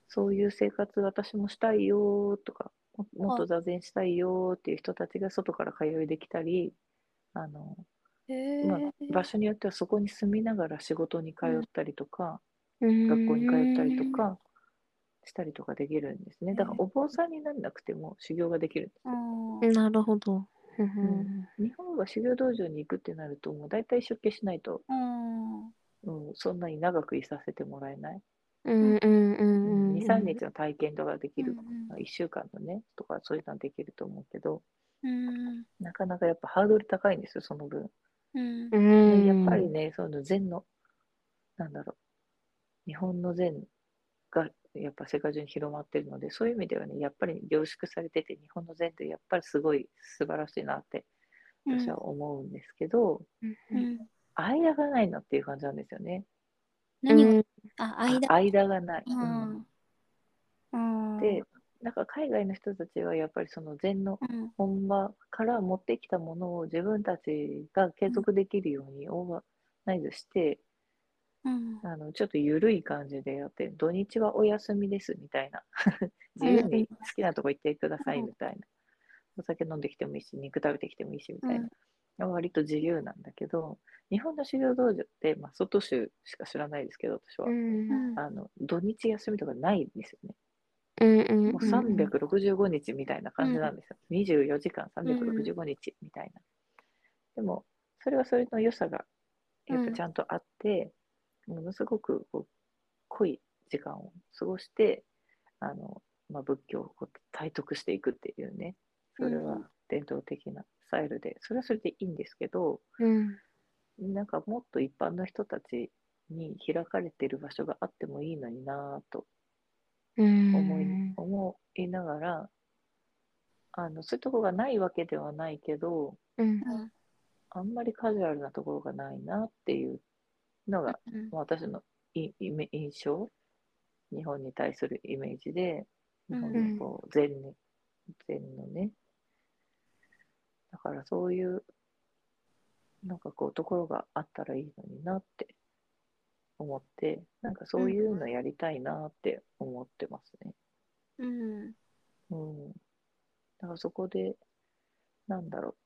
そういう生活私もしたいよとかももっと座禅したいよっていう人たちが外から通いできたりあのまあ、場所によってはそこに住みながら仕事に通ったりとか、
うん
学校に通ったりと
う
かしたりとかできるんですねだから
へえ
お坊さんにならなくても修行ができるんですよ
うん
んなるほどうん
日本は修行道場に行くってなるともう大体出家しないと、
うん
うん、そんなに長くいさせてもらえない、
うんうんうんうんうん
23日の体験とかできる、
うん
1週間のねとかそういうのはできると思うけど
うん
なかなかやっぱハードル高いんですよその分、
うん
うん
やっぱりねその禅のなんだろう日本の禅がやっぱ世界中に広まってるのでそういう意味ではねやっぱり凝縮されてて日本の禅ってやっぱりすごい素晴らしいなって私は思うんですけど、
うん
間がないなっていう感じなんですよね
何
う
を
ん
あ間
あ間がない、うん
うん
でなんか海外の人たちはやっぱりその禅の
うん
本場から持ってきたものを自分たちが継続できるようにオーバーナイズして、
うん
あのちょっと緩い感じでやって土日はお休みですみたいな自由
うんうん
に好きなとこ行ってください
うん
みたいな、お酒飲んできてもいいし肉食べてきてもいいしみたいな
うん、
割と自由なんだけど日本の修行道場って、まあ、外州しか知らないですけど私は、
うん
あの土日休みとかないんですよね
うんうん
もう365日みたいな感じなんですよ。24時間365日みたいな。でも、それはそれの良さがやっぱちゃんとあって、ものすごくこう濃い時間を過ごして、あのまあ、仏教をこう体得していくっていうね、それ
う
は
ん
伝統的なスタイルで、それはそれでいいんですけど、
うん
なんかもっと一般の人たちに開かれている場所があってもいいのになぁと
うん
思い思いながらあのそういうとこがないわけではないけど
うん
うん
あんまりカジュアルなところがないなっていうのが
うん
まあ私のいイメ印象日本に対するイメージで日本のこう禅に禅のねだからそういうなんかこうところがあったらいいのになって思ってなんかそういうのやりたいなって思ってますね。
うん
うん。だからそこで、なんだろ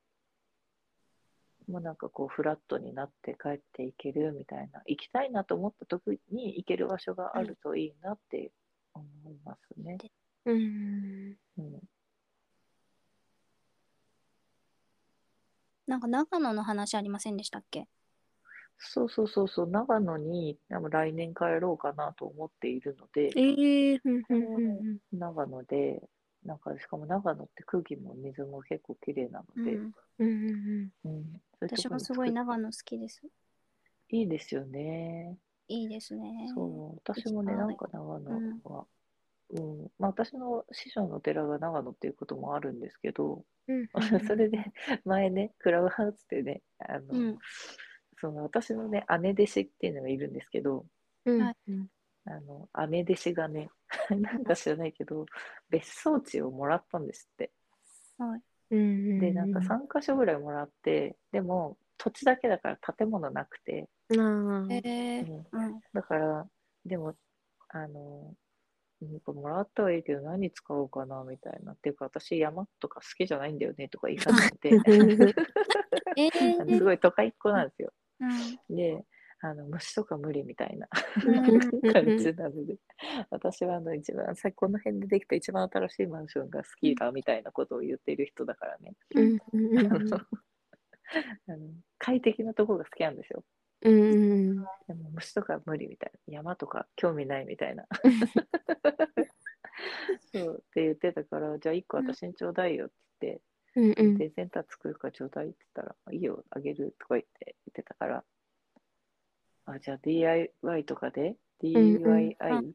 う。もうなんかこう、フラットになって帰っていけるみたいな、行きたいなと思った時に行ける場所があるといいなって思いますね。
うん
うん。
なんか長野の話ありませんでしたっけ
そうそうそうそう、長野にあの来年帰ろうかなと思っているので、
ええうんうんうん
長野で、なんかしかも長野って空気も水も結構綺麗な
う
ので、
ん
うんうん
うんそういうと
私
こ
も
に
すごい
作っ
長野好きです。
いいですよね。
いいですね。
そう、私もね、
一番
なんか長野は、うん、まあ私の師匠のお寺が長野っていうこともあるんですけど、
うん
それで前ね、クラブハウスでね、あの、
うん
その私のね、姉弟子っていうのがいるんですけど、
うん
はい
あの、姉弟子が ね、なんか知らないけど、別荘地をもらったんですって。
はい。
うん
でなんか3箇所ぐらいもらってでも土地だけだから建物なくて、
なあ
へ
う
え。
ん
うん。
だからでもあのなんかもらったはいいけど何使おうかなみたいなっていうか私山とか好きじゃないんだよねとか言いかなくて
ええ
あのすごい都会っ子なんですよ。
うん。
であの虫とか無理みたいな
うん
感じなので私はあの一番さこの辺でできた一番新しいマンションが好きだみたいなことを言っている人だからね
うんうんうん
あの快適なところが好きなんですよ
うんうん
でも虫とか無理みたいな山とか興味ないみた いなそうって言ってたからじゃあ1個私にちょうだいよって言って、
うんうん
でセンター作るからちょうだいって言ったらいいよあげるとか言って言ってたからあじゃあ DIY とかで DIY、
うん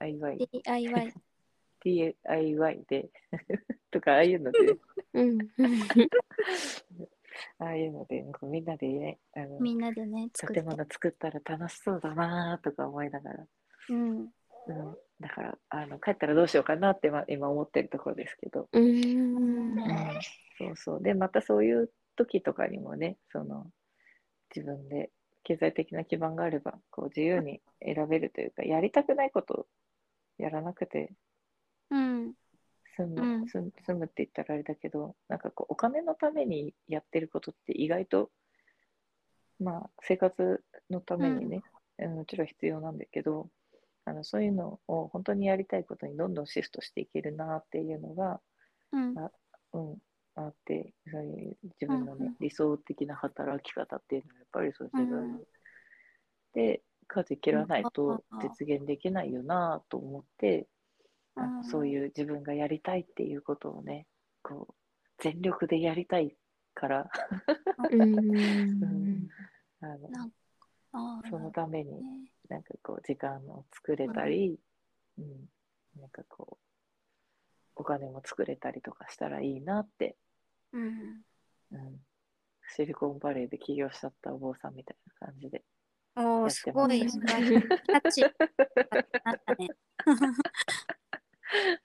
DIY
DIY。
DIY で とかああいうので
うん
ああいうのでなんかみんなで、ね、あの
みんなでね、作って
建。物作ったら楽しそうだなーとか思いながら、
うん。
うん、だからあの帰ったらどうしようかなって今今思ってるところですけど、
うん
そうそうでまたそういう時とかにもねその自分で経済的な基盤があればこう自由に選べるというかやりたくないことをやらなくて
うん。
済む,、
うん
済む済むって言ったらあれだけどなんかこうお金のためにやってることって意外とまあ生活のためにね、うんもちろん必要なんだけどあのそういうのを本当にやりたいことにどんどんシフトしていけるなっていうのが、
うん。
うん、あってそういう自分の、ね
うんうん
理想的な働き方っていうのはやっぱりそう自分、
うん
で舵切らないと
うん
実現できないよなと思って、
うん
あのそういう自分がやりたいっていうことをねこう全力でやりたいから、
うん
あの
なんああ。
そのために
ね
なんかこう時間を作れたり、うんなんかこうお金も作れたりとかしたらいいなって
うん。
うんシリコンバレーで起業しちゃったお坊さんみたいな感じで。
お
や
お、
って
すごい。
ます
タッチ。あったね。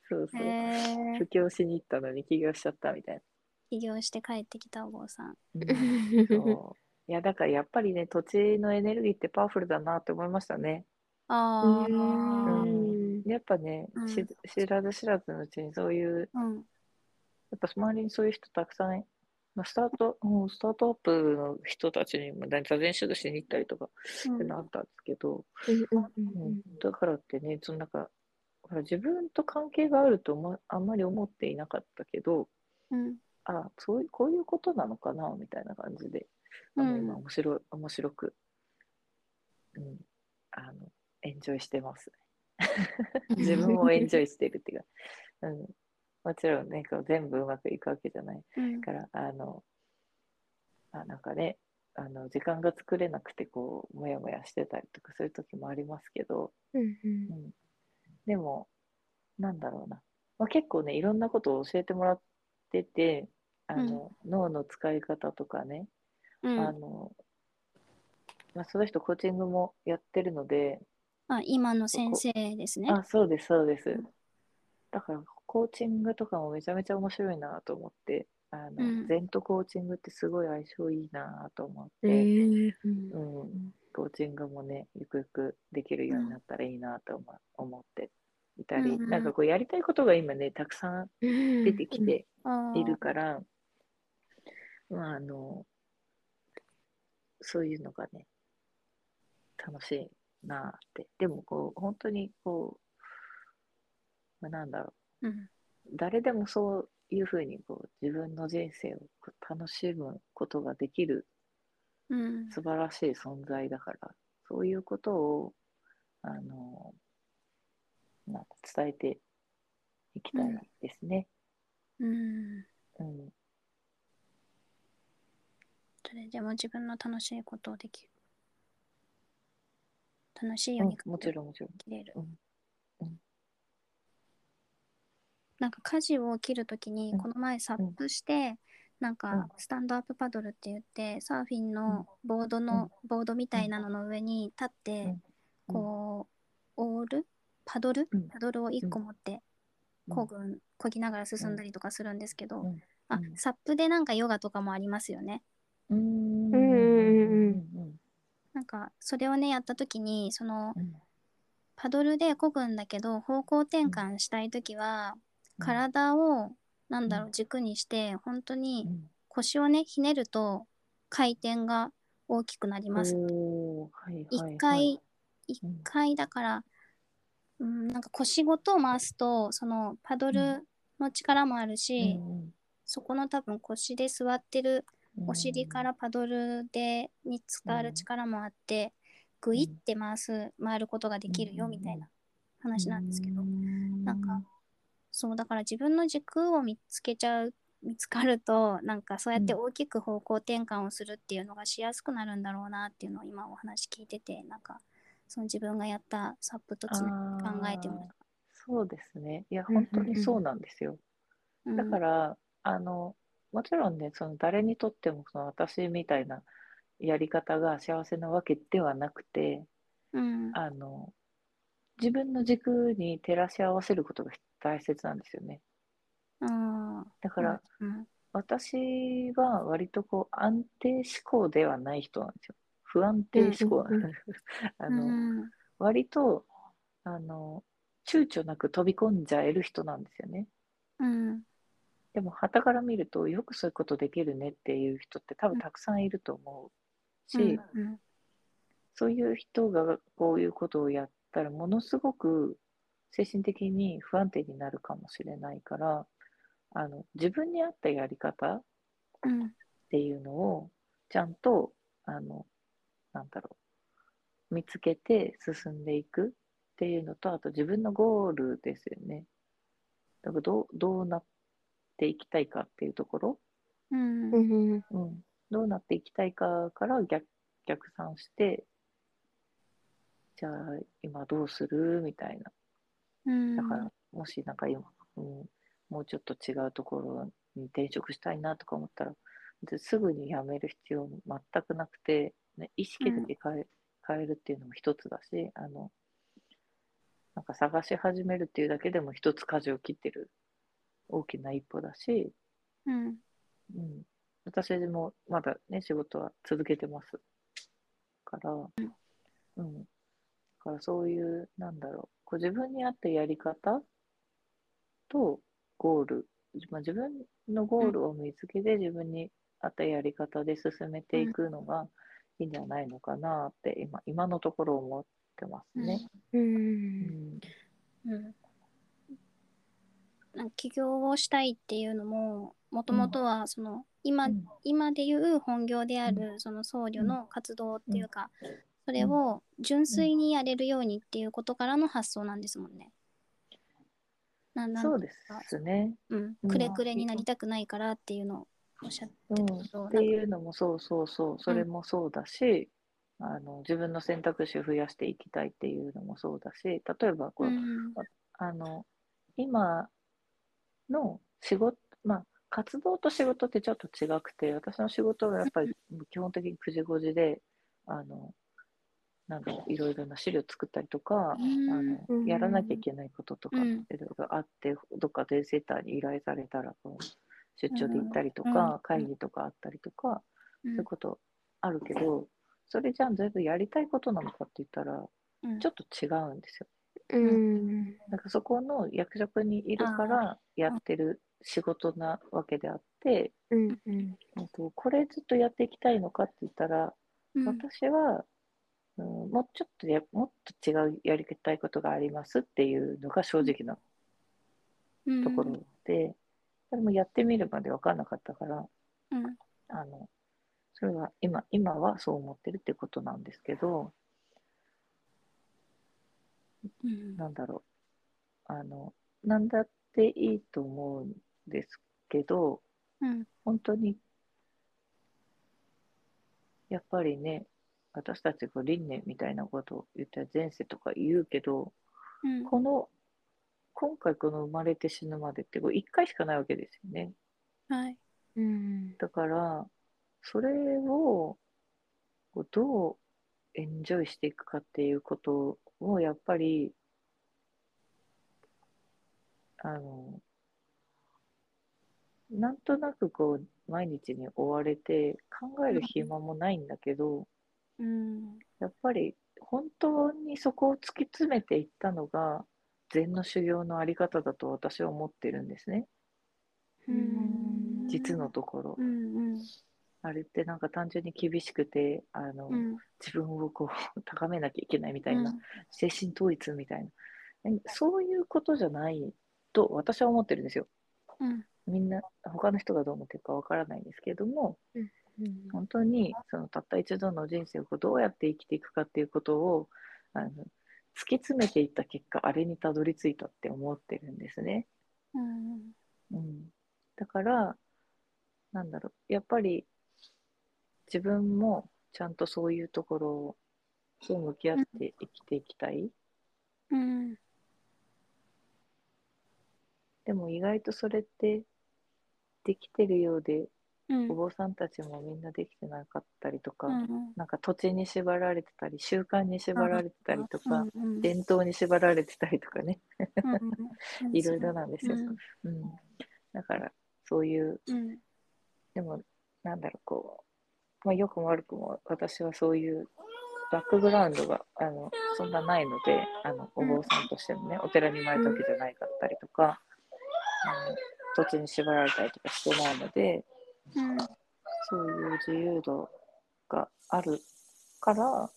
そう
へ
そう。
え
布。教しに行ったのに起業しちゃったみたいな。
起業して帰ってきたお坊さん。
そういやだからやっぱりね土地のエネルギーってパワフルだなって思いましたね。
ああ。
やっぱね、
うん
し知らず知らずのうちにそういう
うん。
やっぱ周りにそういう人たくさん、まあ、スタート、うん、スタートアップの人たちにも座禅指導しに行ったりとかってのあったんですけど、うんだからってねそのなんかほら自分と関係があるともあんまり思っていなかったけど
うん。
あそういうこういうことなのかなみたいな感じであの
うん
今面白い面白く、うん、あのエンジョイしてます 自分をエンジョイしてるっていうか、うん、もちろんねこう全部うまくいくわけじゃない
うん
からあのあなんかねあの時間が作れなくてこうモヤモヤしてたりとかそういう時もありますけど、うん、でもなんだろうな、まあ、結構ねいろんなことを教えてもらっててあの、脳の使い方とかね、
うん
あのまあ、その人コーチングもやってるので
あ、今の先生ですね。
あそうですそうです、
うん
だからコーチングとかもめちゃめちゃ面白いなと思ってあの、
うん
禅とコーチングってすごい相性いいなと思って、うん、コーチングもねゆくゆくできるようになったらいいなと思,、思っていたり、
うんうん
なんかこうやりたいことが今ねたくさん出てきて
あー
いるから、まああのそういうのがね楽しいなってでもこう本当にこう、まあ、なんだろう
うん
誰でもそういうふうにこう自分の人生をこう楽しむことができる
うん
素晴らしい存在だからそういうことをあのなんか伝えていきたいですね。
うん
うん
それでも自分の楽しいことをできる。楽しいよ
う
うんに
もちろんもちろん。
切れる
うんうん。
なんか家事を切るときに
うん
この前サップしてなん
うん
かスタンドアップパドルって言ってサーフィンのボードのボードみたいなのの上に立って
うん
こうオールパドル
うん
パドルを1個持って
うん
こぐこぎながら進んだりとかするんですけど、
うん
あ、
うん
サップでなんかヨガとかもありますよね。
うー
うん
ん
うん
なんかそれをねやった時にその
うん
パドルで漕ぐんだけど方向転換したい時は体をなんだろ
う
う軸にして本当
う
に
ん
腰をねひねると回転が大きくなります。
おーはいはいはい
一回一
うん
回だから、うん、なんか腰ごと回すとそのパドルの力もある
う
し、
ん
そこの多分腰で座ってる
うん
お尻からパドルでに使える力もあって、グイって回す回ることができるよみたいな話なんですけど、なんかそうだから自分の軸を見つけちゃう見つかるとなんかそうやって大きく方向転換をするっていうのがしやすくなるんだろうなっていうのを今お話聞いててなんかその自分がやったサップとつな考えてまし
あーそうですねいや
うんうんう
本
ん
当にそうなんですよ、
た。
だから、あのもちろんねその誰にとってもその私みたいなやり方が幸せなわけではなくて
うん、
あの自分の軸に照らし合わせることが大切なんですよね
うん、うん
だから、、
うん、
私は割とこう安定思考ではない人なんですよ。不安定思考なんです。 あ
う
の
ん
割とあの躊躇なく飛び込んじゃえる人なんですよね。
うん
でも傍から見るとよくそういうことできるねっていう人って多分たくさんいると思うし、
うん
そういう人がこういうことをやったらものすごく精神的に不安定になるかもしれないからあの自分に合ったやり方
うん
っていうのをちゃんとあのなんだろう見つけて進んでいくっていうのとあと自分のゴールですよね。だからどうどうなっていきたいかっていうところ、
うん
う、んうん
うん、どうなっていきたいかから逆逆算してじゃあ今どうするみたいな
うん
だから、もしなんか今、うん、もうちょっと違うところに転職したいなとか思ったら、ですぐに辞める必要も全くなくて、ね、意識だけ変え,、変えるっていうのも一つだし、あの、なんか探し始めるっていうだけでも一つ舵を切ってる大きな一歩だし、
うん
うん、私もまだね、仕事は続けてますから、うん。だからそういう、なんだろう、こう自分に合ったやり方とゴール、まあ、自分のゴールを見つけて自分に合ったやり方で進めていくのがいいんじゃないのかなって今、今のところ思ってますね。
うん
うん
うんなんか起業をしたいっていうのももともとはその、今今でいう本業であるその僧侶の活動っていうか、それを純粋にやれるようにっていうことからの発想なんですもんね。なんなん
そうですね。
うん、
うん
くれくれになりたくないからっていうのをおっしゃってたけ
う
ど、
ん、っていうのもそうそうそうそれもそうだし、あの自分の選択肢を増やしていきたいっていうのもそうだし例えばこう、
うん
あの今の仕事まあ活動と仕事ってちょっと違くて私の仕事はやっぱり基本的に9時5時であのなんだろういろいろな資料作ったりとか、
うん
あの
うん
やらなきゃいけないこととか
う
い
ん
ろいろあって、どっかでセンターに依頼されたらこう出張で行ったりと
うんうん
か、会議とかあったりとか、
うん
そういうことあるけどそれじゃあ全部やりたいことなのかって言ったら
うん
ちょっと違うんですよ。
うん
なんかそこの役職にいるからやってる仕事なわけであって、
うんうん
うんとこれずっとやっていきたいのかって言ったら、
うん
私は、うん、もうちょっとやもっと違うやりたいことがありますっていうのが正直なところで、それもやってみるまで分かんなかったから
うん
あのそれは今今はそう思ってるってことなんですけど
うん
なんだろうあのなんだっていいと思うんですけど
うん
本当にやっぱりね私たちこう輪廻みたいなことを言ったら前世とか言うけど
うん
この今回この生まれて死ぬまでってこう1回しかないわけですよね
はい
うん
だからそれをこうどうエンジョイしていくかっていうことをやっぱりあのなんとなくこう毎日に追われて考える暇もないんだけど
うん
やっぱり本当にそこを突き詰めていったのが禅の修行のあり方だと私は思ってるんですね
うん
実のところ
う。ん
あれってなんか単純に厳しくてあの、
うん
自分をこう高めなきゃいけないみた
う
い
ん
な、精神統一みたいなえそういうことじゃないと私は思ってるんですよ。
うん
みんな他の人がどう思ってるかわからないんですけれども本当にそのたった一度の人生をどうやって生きていくかっていうことをあの突き詰めていった結果あれにたどり着いたって思ってるんですね。
うん
うん、だからなんだろうやっぱり自分もちゃんとそういうところと向き合って生きていきたい、
うん
でも意外とそれってできてるようで
うん
お坊さんたちもみんなできてなかったりとか、
うん
なんか土地に縛られてたり習慣に縛られてたりとか、
うんうん
伝統に縛られてたりとかね
うんうん
いろいろなんですよ。
うん
うん、だからそういう
うん
でも、なんだろう、こう、まあ、良くも悪くも、私はそういうバックグラウンドが、あの、そんなないので、あの、お
うん
坊さんとしてもね、お寺に生まれたわけじゃないかったりとか、あの、土地に縛られたりとかしてないので、
うん
そういう自由度があるから、うん、なん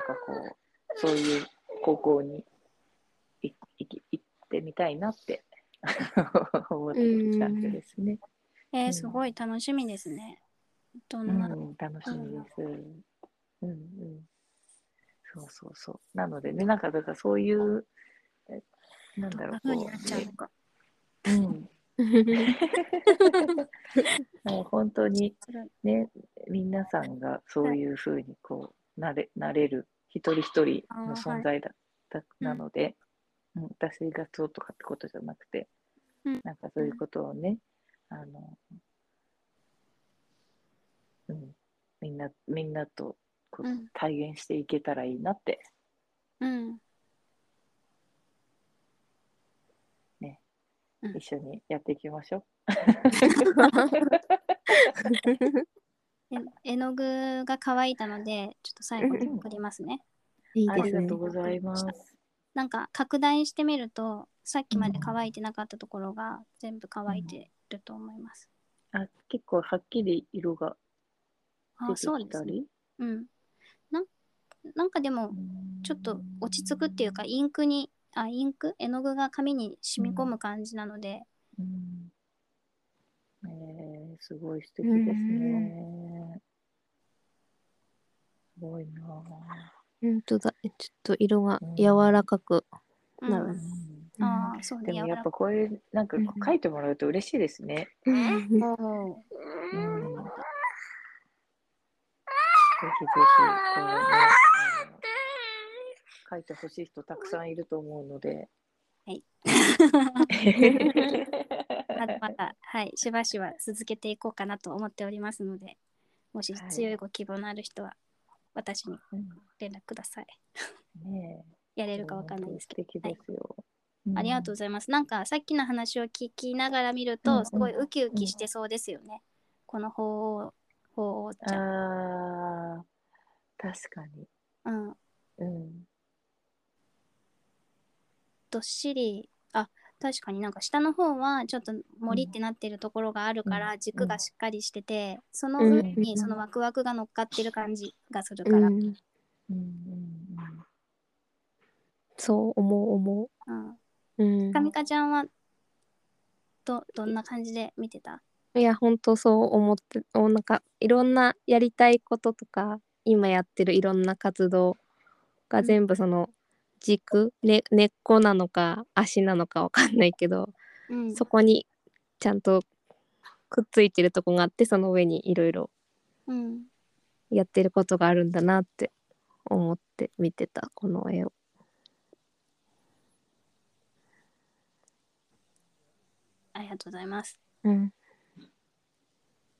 かこう、そういう高校にいいき行ってみたいなって 思ってきたんですね。
えー、すごい楽しみですね。どんな。
うん、楽しみです。うんうん。そうそうそう。なのでね、なんかだからそういう、えなんだ
どん
ろ
な
う、
風に
こ
なっちゃうのか。
う、うん、もう本当にね、皆さんがそういうふうにこう、なれ、なれる、一人一人の存在だ、だなので、うん、私がそうとかってことじゃなくて、
うん
なんかそういうことをね、あの、うん、みんな、みんなとこう
うん
体現していけたらいいなって
うん。うん
一緒にやっていきましょう。
え絵の具が乾いたので、ちょっと最後に送りますね。
いい
あ
で
り
す
が
ね
とう。ございます。
なんか拡大してみると、さっきまで乾いてなかったところが全部乾いてると思います。
あ、結構はっきり色が
あ
出
あ、
て
そう
き
です
た
ね。
り、
うん。なんなんかでも、ちょっと落ち着くっていうか、インクに、あ、インク絵の具が紙に染み込む感じなので、
うん。えー、すごい素敵ですね。すごいな
本当だ。ちょっと色が柔らかく
うん
なる
ぁ、
ね
うん
ああ、そうね。
でも
柔ら
やっ
か
ぱこういうなんかこ
うん
う書いてもらうと嬉しいですね。
うん
おー
うん。ぜひぜひこうねあの書いてほしい人たくさんいると思うので。
はい。まだま
は
だ、はい、しばしば続けていこうかなと思っておりますので、もし
はい
強いご希望のある人は、私に
い。
連絡ください。
ね
や
え。
れるかわかんないですけど。
本当に素敵ですよ。ん
ありがとうございます。なんかさっきの話を聞きながら見る
うんう
と、
ん
すごいウキウキしてそうですよね。この法王、法王ちゃん。
ああ、確かに。
うん。
うん。
どっしり、あ、確かになんか下の方はちょっと森ってなってるところがあるから、
うん
軸がしっかりしてて、その上
う
に
ん
そのワクワクが乗っかってる感じがするから。
うん
うん うん
そう思う思
うん
う。うん
か。みかちゃんはどどんな感じで見てた
いや本当そう思っておなんかいろんなやりたいこととか今やってるいろんな活動が全部その軸、ね、根っこなのか足なのかわかんないけど
うん
そこにちゃんとくっついてるとこがあってその上にいろいろ
うん
やってることがあるんだなって思って見てたこの絵を。
ありがとうございます。
うん、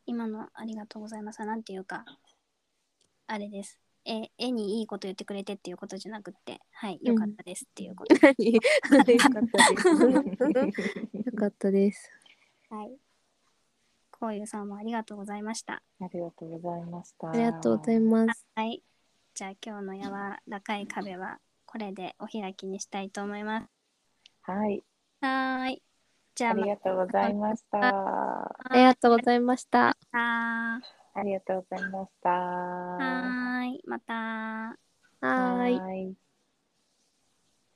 今のありがとうございますはなんていうか、あれです。え絵にいいこと言ってくれてっていうことじゃなくってはい良かったですっていうこと、
よかったです。よかったです。
はいこういうさんもありがとうございました
ありがとうございました。
ありがとうございます。
はいじゃあ今日の柔らかい壁はこれでお開きにしたいと思います
はい、
はーいじゃ
あ
あま
りがとうございました。あ
ありがとうございました。
たは
りがとうございました。
ーいまた
はーい。
い。